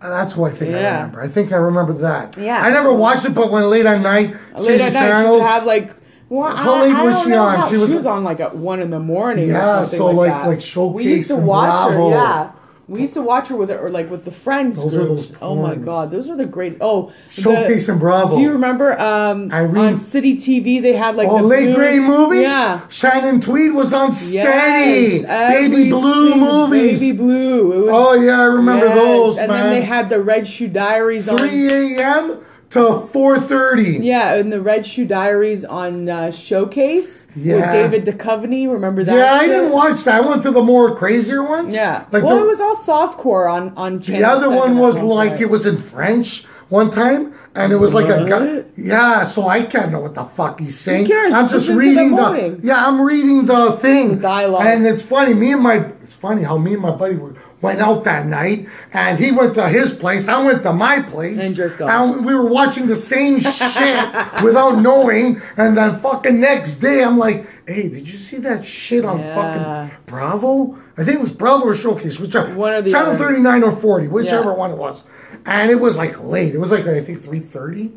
That's what I think I
Yeah.
remember. I think I remember that.
Yeah.
I never watched it, but when late at night,
Late
change
at
the
night,
channel,
she would have like. Well,
How
I,
late
I
was
don't
she
know
on?
how-
She
She
was-
was, on like at one in the morning.
Yeah,
or something
so
like,
like-
that.
like
We used to
Showcase and
watch
Bravo.
her. Yeah, we used to watch her with it, or like with the friends.
Those were
groups.
those
Oh my
porns.
god, those are the great. Oh, the-
Showcase and Bravo.
Do you remember? Um,
Irene-
on City TV, they had like
Oh,
the
late
blue-
grade movies?
Yeah.
Shannon Tweed was on Steady.
Yes, every
Baby Blue
single
movies.
Baby Blue. It was-
Oh, yeah, I remember
Yes,
those,
And
man.
then they had the Red Shoe Diaries on.
3 a.m. to 4.30.
Yeah, and the Red Shoe Diaries on uh, Showcase
Yeah.
with David Duchovny. Remember that?
Yeah, I
shit?
didn't watch that. I went to the more crazier ones.
Yeah.
Like
well,
the,
it was all softcore on on.
the
Channel
other
7
one
at
was
one
like,
point.
it was in French one time, and it was like a guy.
What?
Yeah, so I can't know what the fuck he's saying.
cares?
I'm
Just
just
listen to the
reading the,
morning.
Yeah, I'm reading the thing.
dialogue.
And it's funny, me and my. It's funny how me and my buddy were, went out that night, and he went to his place, I went to my place.
And jerked off.
And we were watching
*laughs*
the same shit without knowing, and then fucking next day, I'm like, hey, did you see that shit on
Yeah.
fucking Bravo? I think it was Bravo or Showcase, whichever.
One or the
Channel
other.
39 or 40, whichever
Yeah.
one it was. And it was like late. It was like, I think, 3.30.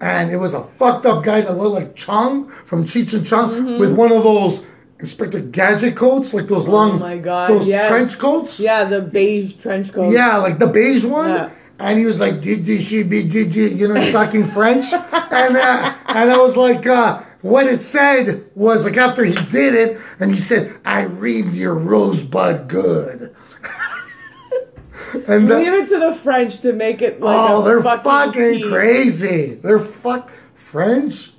And it was a fucked up guy that looked like Chong from Cheech and Chong
Mm-hmm.
with one of those Inspector Gadget coats, like those long,
Oh my God,
those
yes.
trench coats.
Yeah, the beige trench coat.
Yeah, like the beige one.
Yeah.
And he was like, did you see me, did you, you know, he's talking French. *laughs* And, uh, and I was like, uh, what it said was like after he did it, and he said, I reamed your rosebud good. *laughs* and uh,
Leave
the,
it to the French to make it like.
oh,
a
they're
fucking,
fucking,
tea.
crazy. They're fuck French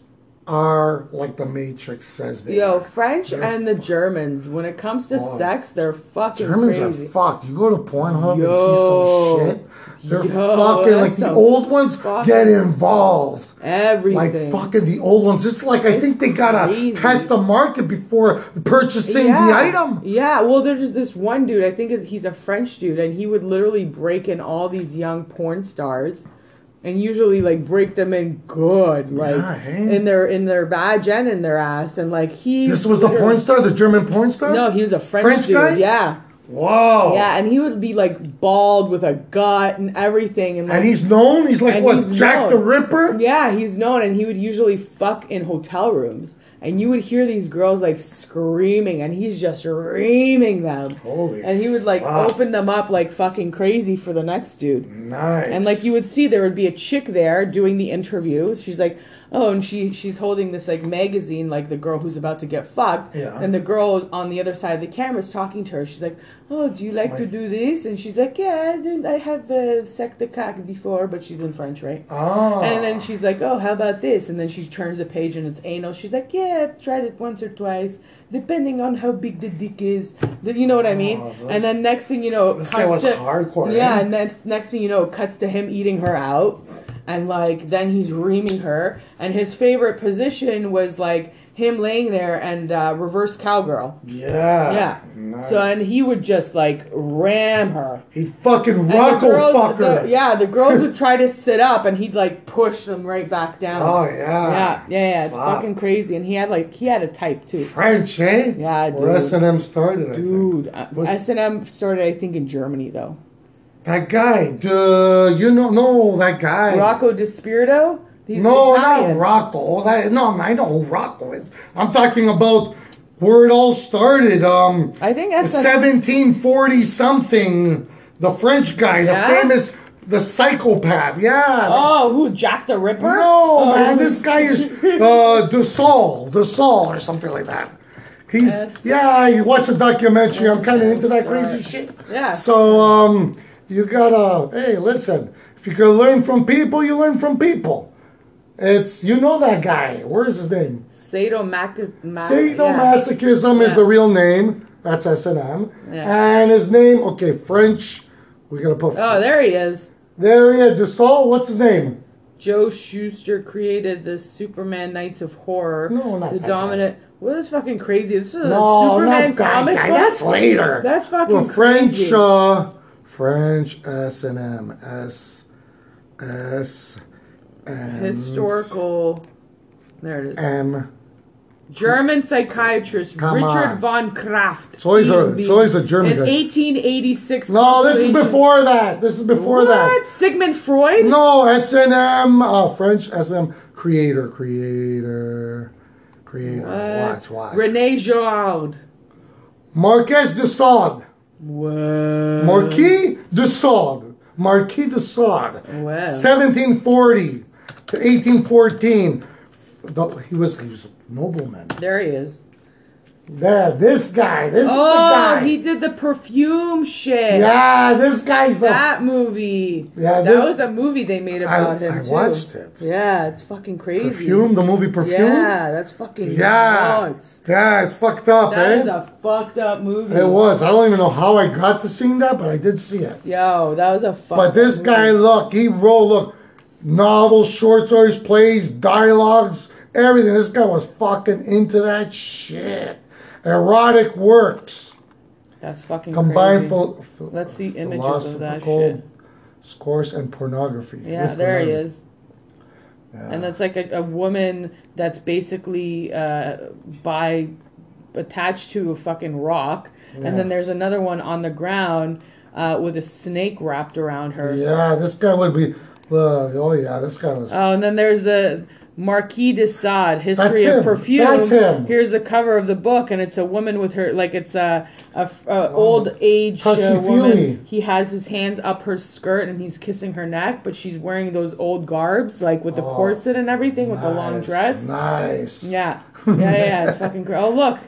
are like the Matrix says they
Yo,
are.
French
They're
and the Germans, when it comes to
Oh,
sex, they're fucking
Germans
crazy.
are fucked. You go to Pornhub
Yo.
and see some shit. They're
Yo,
fucking like
that's
the
some
old ones
fucking-
get involved. Like
Everything.
fucking the old ones. It's like I think they gotta
crazy.
test the market before purchasing the item.
Yeah, well, there's this one dude. I think is- he's a French dude, and he would literally break in all these young porn stars, and usually like break them in good, like
Yeah, hey.
in their in their badge and in their ass, and like he.
This was the porn
literally-
star, the German porn star.
No, he was a French,
French
dude.
guy?
Yeah,
Wow.
yeah, and he would be like bald with a gut and everything, and like
And he's known. He's like
And
what?
he's
Jack the
known.
Ripper.
Yeah, he's known, and he would usually fuck in hotel rooms. And you would hear these girls like screaming, and he's just reaming them.
Holy
and he would like
fuck.
open them up like fucking crazy for the next dude.
Nice.
And like you would see, there would be a chick there doing the interview. She's like, oh, and she she's holding this like magazine, like the girl who's about to get fucked.
Yeah.
And the girl is on the other side of the camera is talking to her. She's like, oh, do you like
my-
to do this? And she's like, yeah, I, did, I have uh, sac de cock before, but she's in French, right?
Ah.
And then she's like, oh, how about this? And then she turns the page and it's anal. She's like, yeah, I've tried it once or twice, depending on how big the dick is. The- You know what I mean?
Oh, so
and then next thing you know, it
this guy was
cuts to-
hardcore,
Yeah,
eh?
and then next thing you know, it cuts to him eating her out. And like, then he's reaming her. And his favorite position was like him laying there and uh, reverse cowgirl.
Yeah.
Yeah.
Ah, Nice.
So, and he would just like ram her.
he fucking
And the
rockle
girls-
fucker.
the- yeah, the girls would try to sit up, and he'd like push them right back down.
Oh yeah.
yeah, yeah, yeah. It's
Fuck.
fucking crazy. And he had like he had a type too,
French, eh?
Yeah,
Where
dude.
S and M started, I think.
dude. uh,
Was-
S and M started, I think, in Germany though.
That guy, dude, you know, no, that guy.
Rocco DiSpirito. He's
no,
Italian.
not Rocco. That, no, I know who Rocco is. I'm talking about where it all started. Um,
I think S and M.
1740 something. The French guy,
Yeah?
the famous, the psychopath. Yeah.
Oh, who Jack the Ripper?
No,
Oh.
man, this guy is uh, Dussault, Dussault, or something like that. He's
Yes.
yeah. I watched a documentary. I'm kind of into that crazy
Alright.
shit.
Yeah.
So um, you gotta hey, listen. If you can learn from people, you learn from people. It's you know that guy. Where's his name?
Sadomac. ma- Uh, yeah.
Sadomasochism is
Yeah.
the real name. That's S and M.
Yeah.
And his name, okay, French. We're gonna put
Oh, there he is.
there. he is. Dussault. What's his name?
Joe Schuster created the Superman Knights of Horror.
No, not
the
that guy.
dominant. What is fucking crazy? This is
No,
a Superman
Oh, not that
comic
guy.
book?
That's later.
That's fucking
well, French.
crazy.
Uh, French S and M S S
historical. There it is.
M.
German psychiatrist
Eh. Come
Richard
on.
von Kraft.
So he's a-
PhD,
so he's a German
In
guy.
1886.
No, this is
compilation-
before that. This is before
what?
that.
Sigmund Freud?
No S and M. Uh, French S and M. Creator, creator, creator.
What?
Watch, watch.
Rene Girard.
Marquez de Sade.
Uh-huh. Whoa.
Marquis de Sade. Marquis de Sade.
Wow.
1740 to 1814. The- He was he was a nobleman.
There he is.
There, this guy. This is the
Oh,
guy.
he did the perfume shit.
yeah, this guy's the.
That movie.
Yeah,
that
this-
was a movie they made
I,
about him.
I
too.
watched it.
Yeah, it's fucking crazy.
Perfume, the movie Perfume.
Yeah, that's fucking
Yeah.
nuts.
Yeah, it's fucked up,
That
eh?
is a fucked up movie.
it was. I don't even know how I got to seeing that, but I did see it.
Yo, that was a fucked
But this
up
guy,
movie.
look, he wrote, look, novels, short stories, plays, dialogues, everything. This guy was fucking into that shit. Erotic works.
That's fucking
Combined
crazy.
ph-
Let's see images of that
philosophical
shit.
Scores and pornography.
Yeah,
with
there he
pornography.
is. And that's like a, a woman that's basically uh, by attached to a fucking rock, and then there's another one on the ground uh, with a snake wrapped around her.
Yeah, this guy would be. Look, oh yeah, this guy was.
Oh, and then there's the Marquis de Sade,
That's
History
him.
of Perfume.
That's him.
Here's the cover of the book, and it's a woman with her, like it's a, a, a old age uh,
Touchy-feely.
woman. He has his hands up her skirt, and he's kissing her neck, but she's wearing those old garbs, like with the
Oh,
corset and everything, with the long
nice,
dress.
Nice. *laughs*
Yeah, yeah, yeah. yeah, It's fucking great. Oh, look.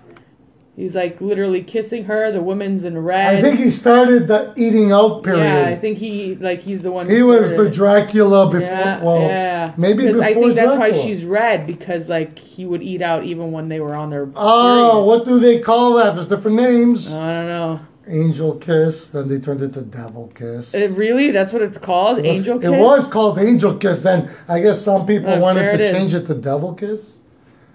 He's like literally kissing her. The woman's in red.
I think he started the eating out period.
yeah, I think he like he's the one.
He
who
was
started
the
it.
Dracula before.
Yeah,
well,
yeah.
maybe
'Cause
before
I think that's why
Dracula.
she's red because like he would eat out even when they were on their.
Oh,
period.
what do they call that? There's different names.
I don't know.
Angel kiss. Then they turned it to devil kiss.
It really? That's what it's called,
was,
angel kiss.
It was called angel kiss. Then I guess some people
Look,
wanted
there
to
it is.
change it to devil kiss.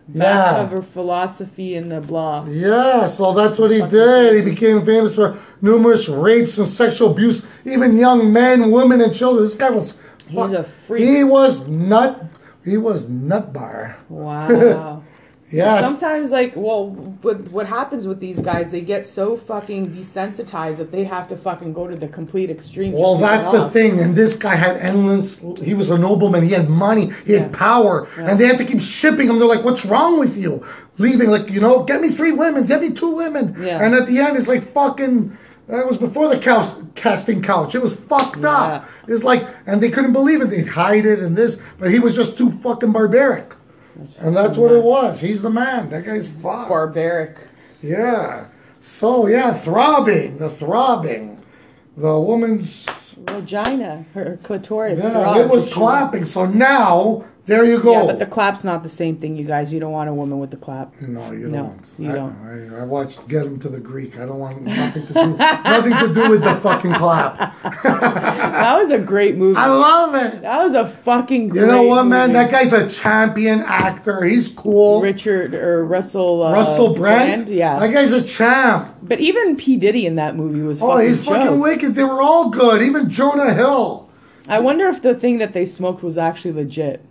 Back
yeah.
of her philosophy and the
*laughs*
blah.
Yeah, so that's what he did. He became famous for numerous rapes and sexual abuse, even young men, women, and children. This guy was fuck-
a freak.
He was nut. He was nut bar.
Wow.
Yes.
Sometimes, like, well, what what happens with these guys? They get so fucking desensitized that they have to fucking go to the complete extreme. to
Well,
see it
that's the
off.
thing. And this guy had endless. He was a nobleman. He had money. He had
Yeah.
power. And they had to keep shipping him. They're like, "What's wrong with you?" Leaving, like, you know, get me three women, get me two women.
Yeah.
And at the end, it's like fucking. That was before the cows, casting couch. It was fucked up. It's like, and they couldn't believe it. They'd hide it and this, but he was just too fucking barbaric. And that's what it was. He's the man. That guy's fucked.
Barbaric.
Yeah. So yeah, throbbing, the throbbing, the woman's
Regina, her clitoris.
yeah,
throbbed.
it was
She-
clapping. So now there you go.
Yeah, but the clap's not the same thing, you guys. You don't want a woman with the clap.
no, you
No,
don't.
you
I,
don't.
I, I watched Get Him to the Greek. I don't want nothing to do nothing to do with the fucking clap.
That was a great movie.
I love it.
that was a fucking great
You know what, man?
movie.
That guy's a champion actor. He's cool.
Richard or Russell uh,
Russell Brand.
yeah.
That guy's a champ.
but even P Diddy in that movie was
Oh,
fucking
he's fucking
joke.
wicked. They were all good. Even Jonah Hill.
I wonder if the thing that they smoked was actually legit.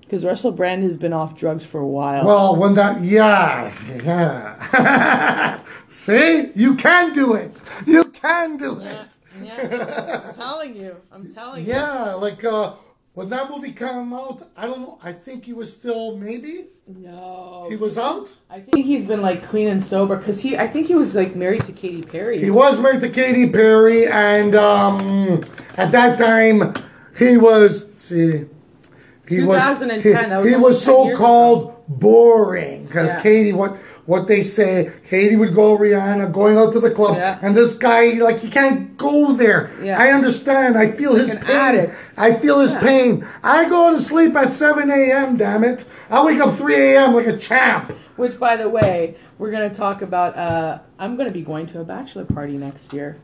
Because Russell Brand has been off drugs for a while.
Well, when that, yeah, yeah. *laughs* See, you can do it. You can do it.
Yeah, I'm telling you. I'm telling you.
Yeah, like uh, when that movie came out, I don't know. I think he was still maybe
No.
he was out.
I think he's been like clean and sober because he, I think he was like married to Katy Perry.
He was married to Katy Perry, and um, at that time, he was see. He was,
2010,
he,
that was
he
almost
was
10 years
so-called boring because
Yeah.
Katie, what what they say, Katie would go Rihanna going out to the clubs,
Yeah.
and this guy like he can't go there.
Yeah.
I understand. I feel his
an
pain.
addict.
I feel his pain. I go to sleep at 7 a.m. Damn it! I wake up 3 a.m. like a champ.
Which, by the way, we're gonna talk about. Uh, I'm gonna be going to a bachelor party next year.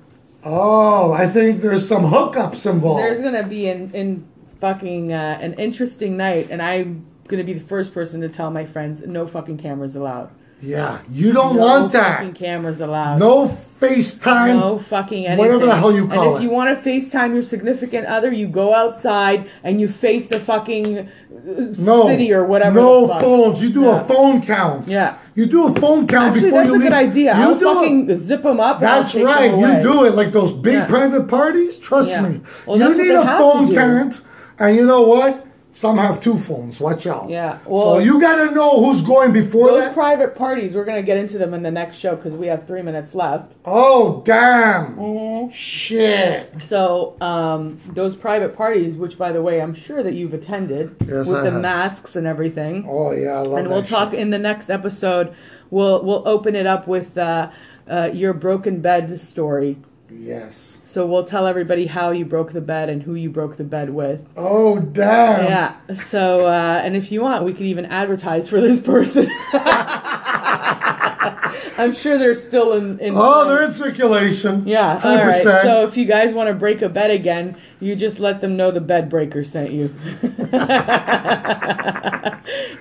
Oh, I think there's some hookups involved.
There's gonna be an in fucking uh, an interesting night, and I'm gonna be the first person to tell my friends no fucking cameras allowed.
Yeah, you don't
no
want
fucking
that.
cameras allowed.
No FaceTime.
No fucking anything.
Whatever the hell you
and
call
if
it.
you want to FaceTime your significant other, you go outside and you face the fucking uh,
No.
city or whatever.
No
the fuck.
phones. You do
Yeah.
a phone count.
Yeah.
You do a phone count
Actually,
before
that's
you
a
leave.
good idea.
You
I'll
do a-
fucking zip them up. and I'll
That's
take 'em
right.
away.
You do it like those big
Yeah.
private parties. Trust
Yeah.
me.
Well, that's
you
what
need
they
a
have to
phone
do.
count, and you know what? Some have two phones. Watch out.
Yeah,
so
well-
you gotta know who's going before
Those
that.
private parties, we're gonna get into them in the next show because we have three minutes left.
oh damn!
Mm-hmm.
Shit.
So um, those private parties, which by the way, I'm sure that you've attended
Yes,
with
I
the
have.
masks and everything.
Oh yeah, I love
and we'll
that
talk
shit.
in the next episode. We'll we'll open it up with uh, uh, your broken bed story.
Yes.
So we'll tell everybody how you broke the bed and who you broke the bed with.
Oh damn.
Yeah. So uh, and if you want, we could even advertise for this person. *laughs* I'm sure they're still in. in
Oh, they're in circulation.
Yeah, all
hundred
right.
percent.
So if you guys want to break a bed again, you just let them know the bed breaker sent you. *laughs*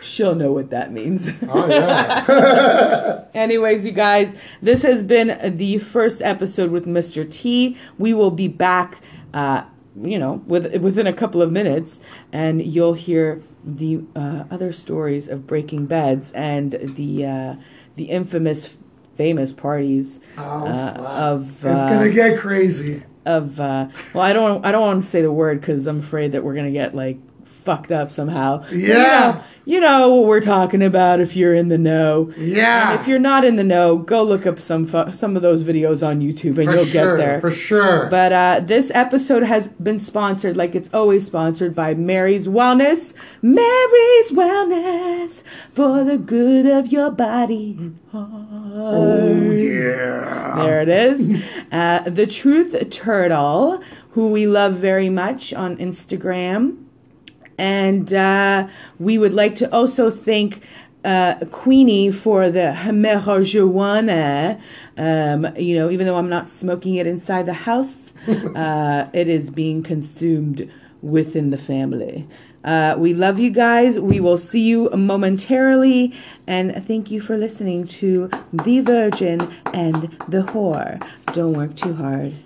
She'll know what that means. *laughs*
Oh *laughs*
Uh,
yeah.
Anyways, you guys, this has been the first episode with Mr. T. We will be back, uh, you know, with within a couple of minutes, and you'll hear the uh, other stories of breaking beds and the uh, the infamous, famous parties uh, of
Oh, it's
uh,
gonna get crazy.
of. Uh, well, I don't I don't want to say the word because I'm afraid that we're gonna get like fucked up somehow. But, you
Yeah.
know- you know what we're talking about if you're in the know.
Yeah.
If you're not in the know, go look up some fu- some of those videos on YouTube, and
for
you'll
sure,
get there.
For sure.
But uh, this episode has been sponsored, like it's always sponsored, by Mary's Wellness. Mary's Wellness for the good of your body and heart.
oh yeah.
There it is. Uh, the Truth Turtle, who we love very much on Instagram. And uh, we would like to also thank uh, Queenie for the Marijuana. Um, you know, even though I'm not smoking it inside the house, uh, it is being consumed within the family. Uh, we love you guys. We will see you momentarily. And thank you for listening to The Virgin and The Whore. Don't work too hard.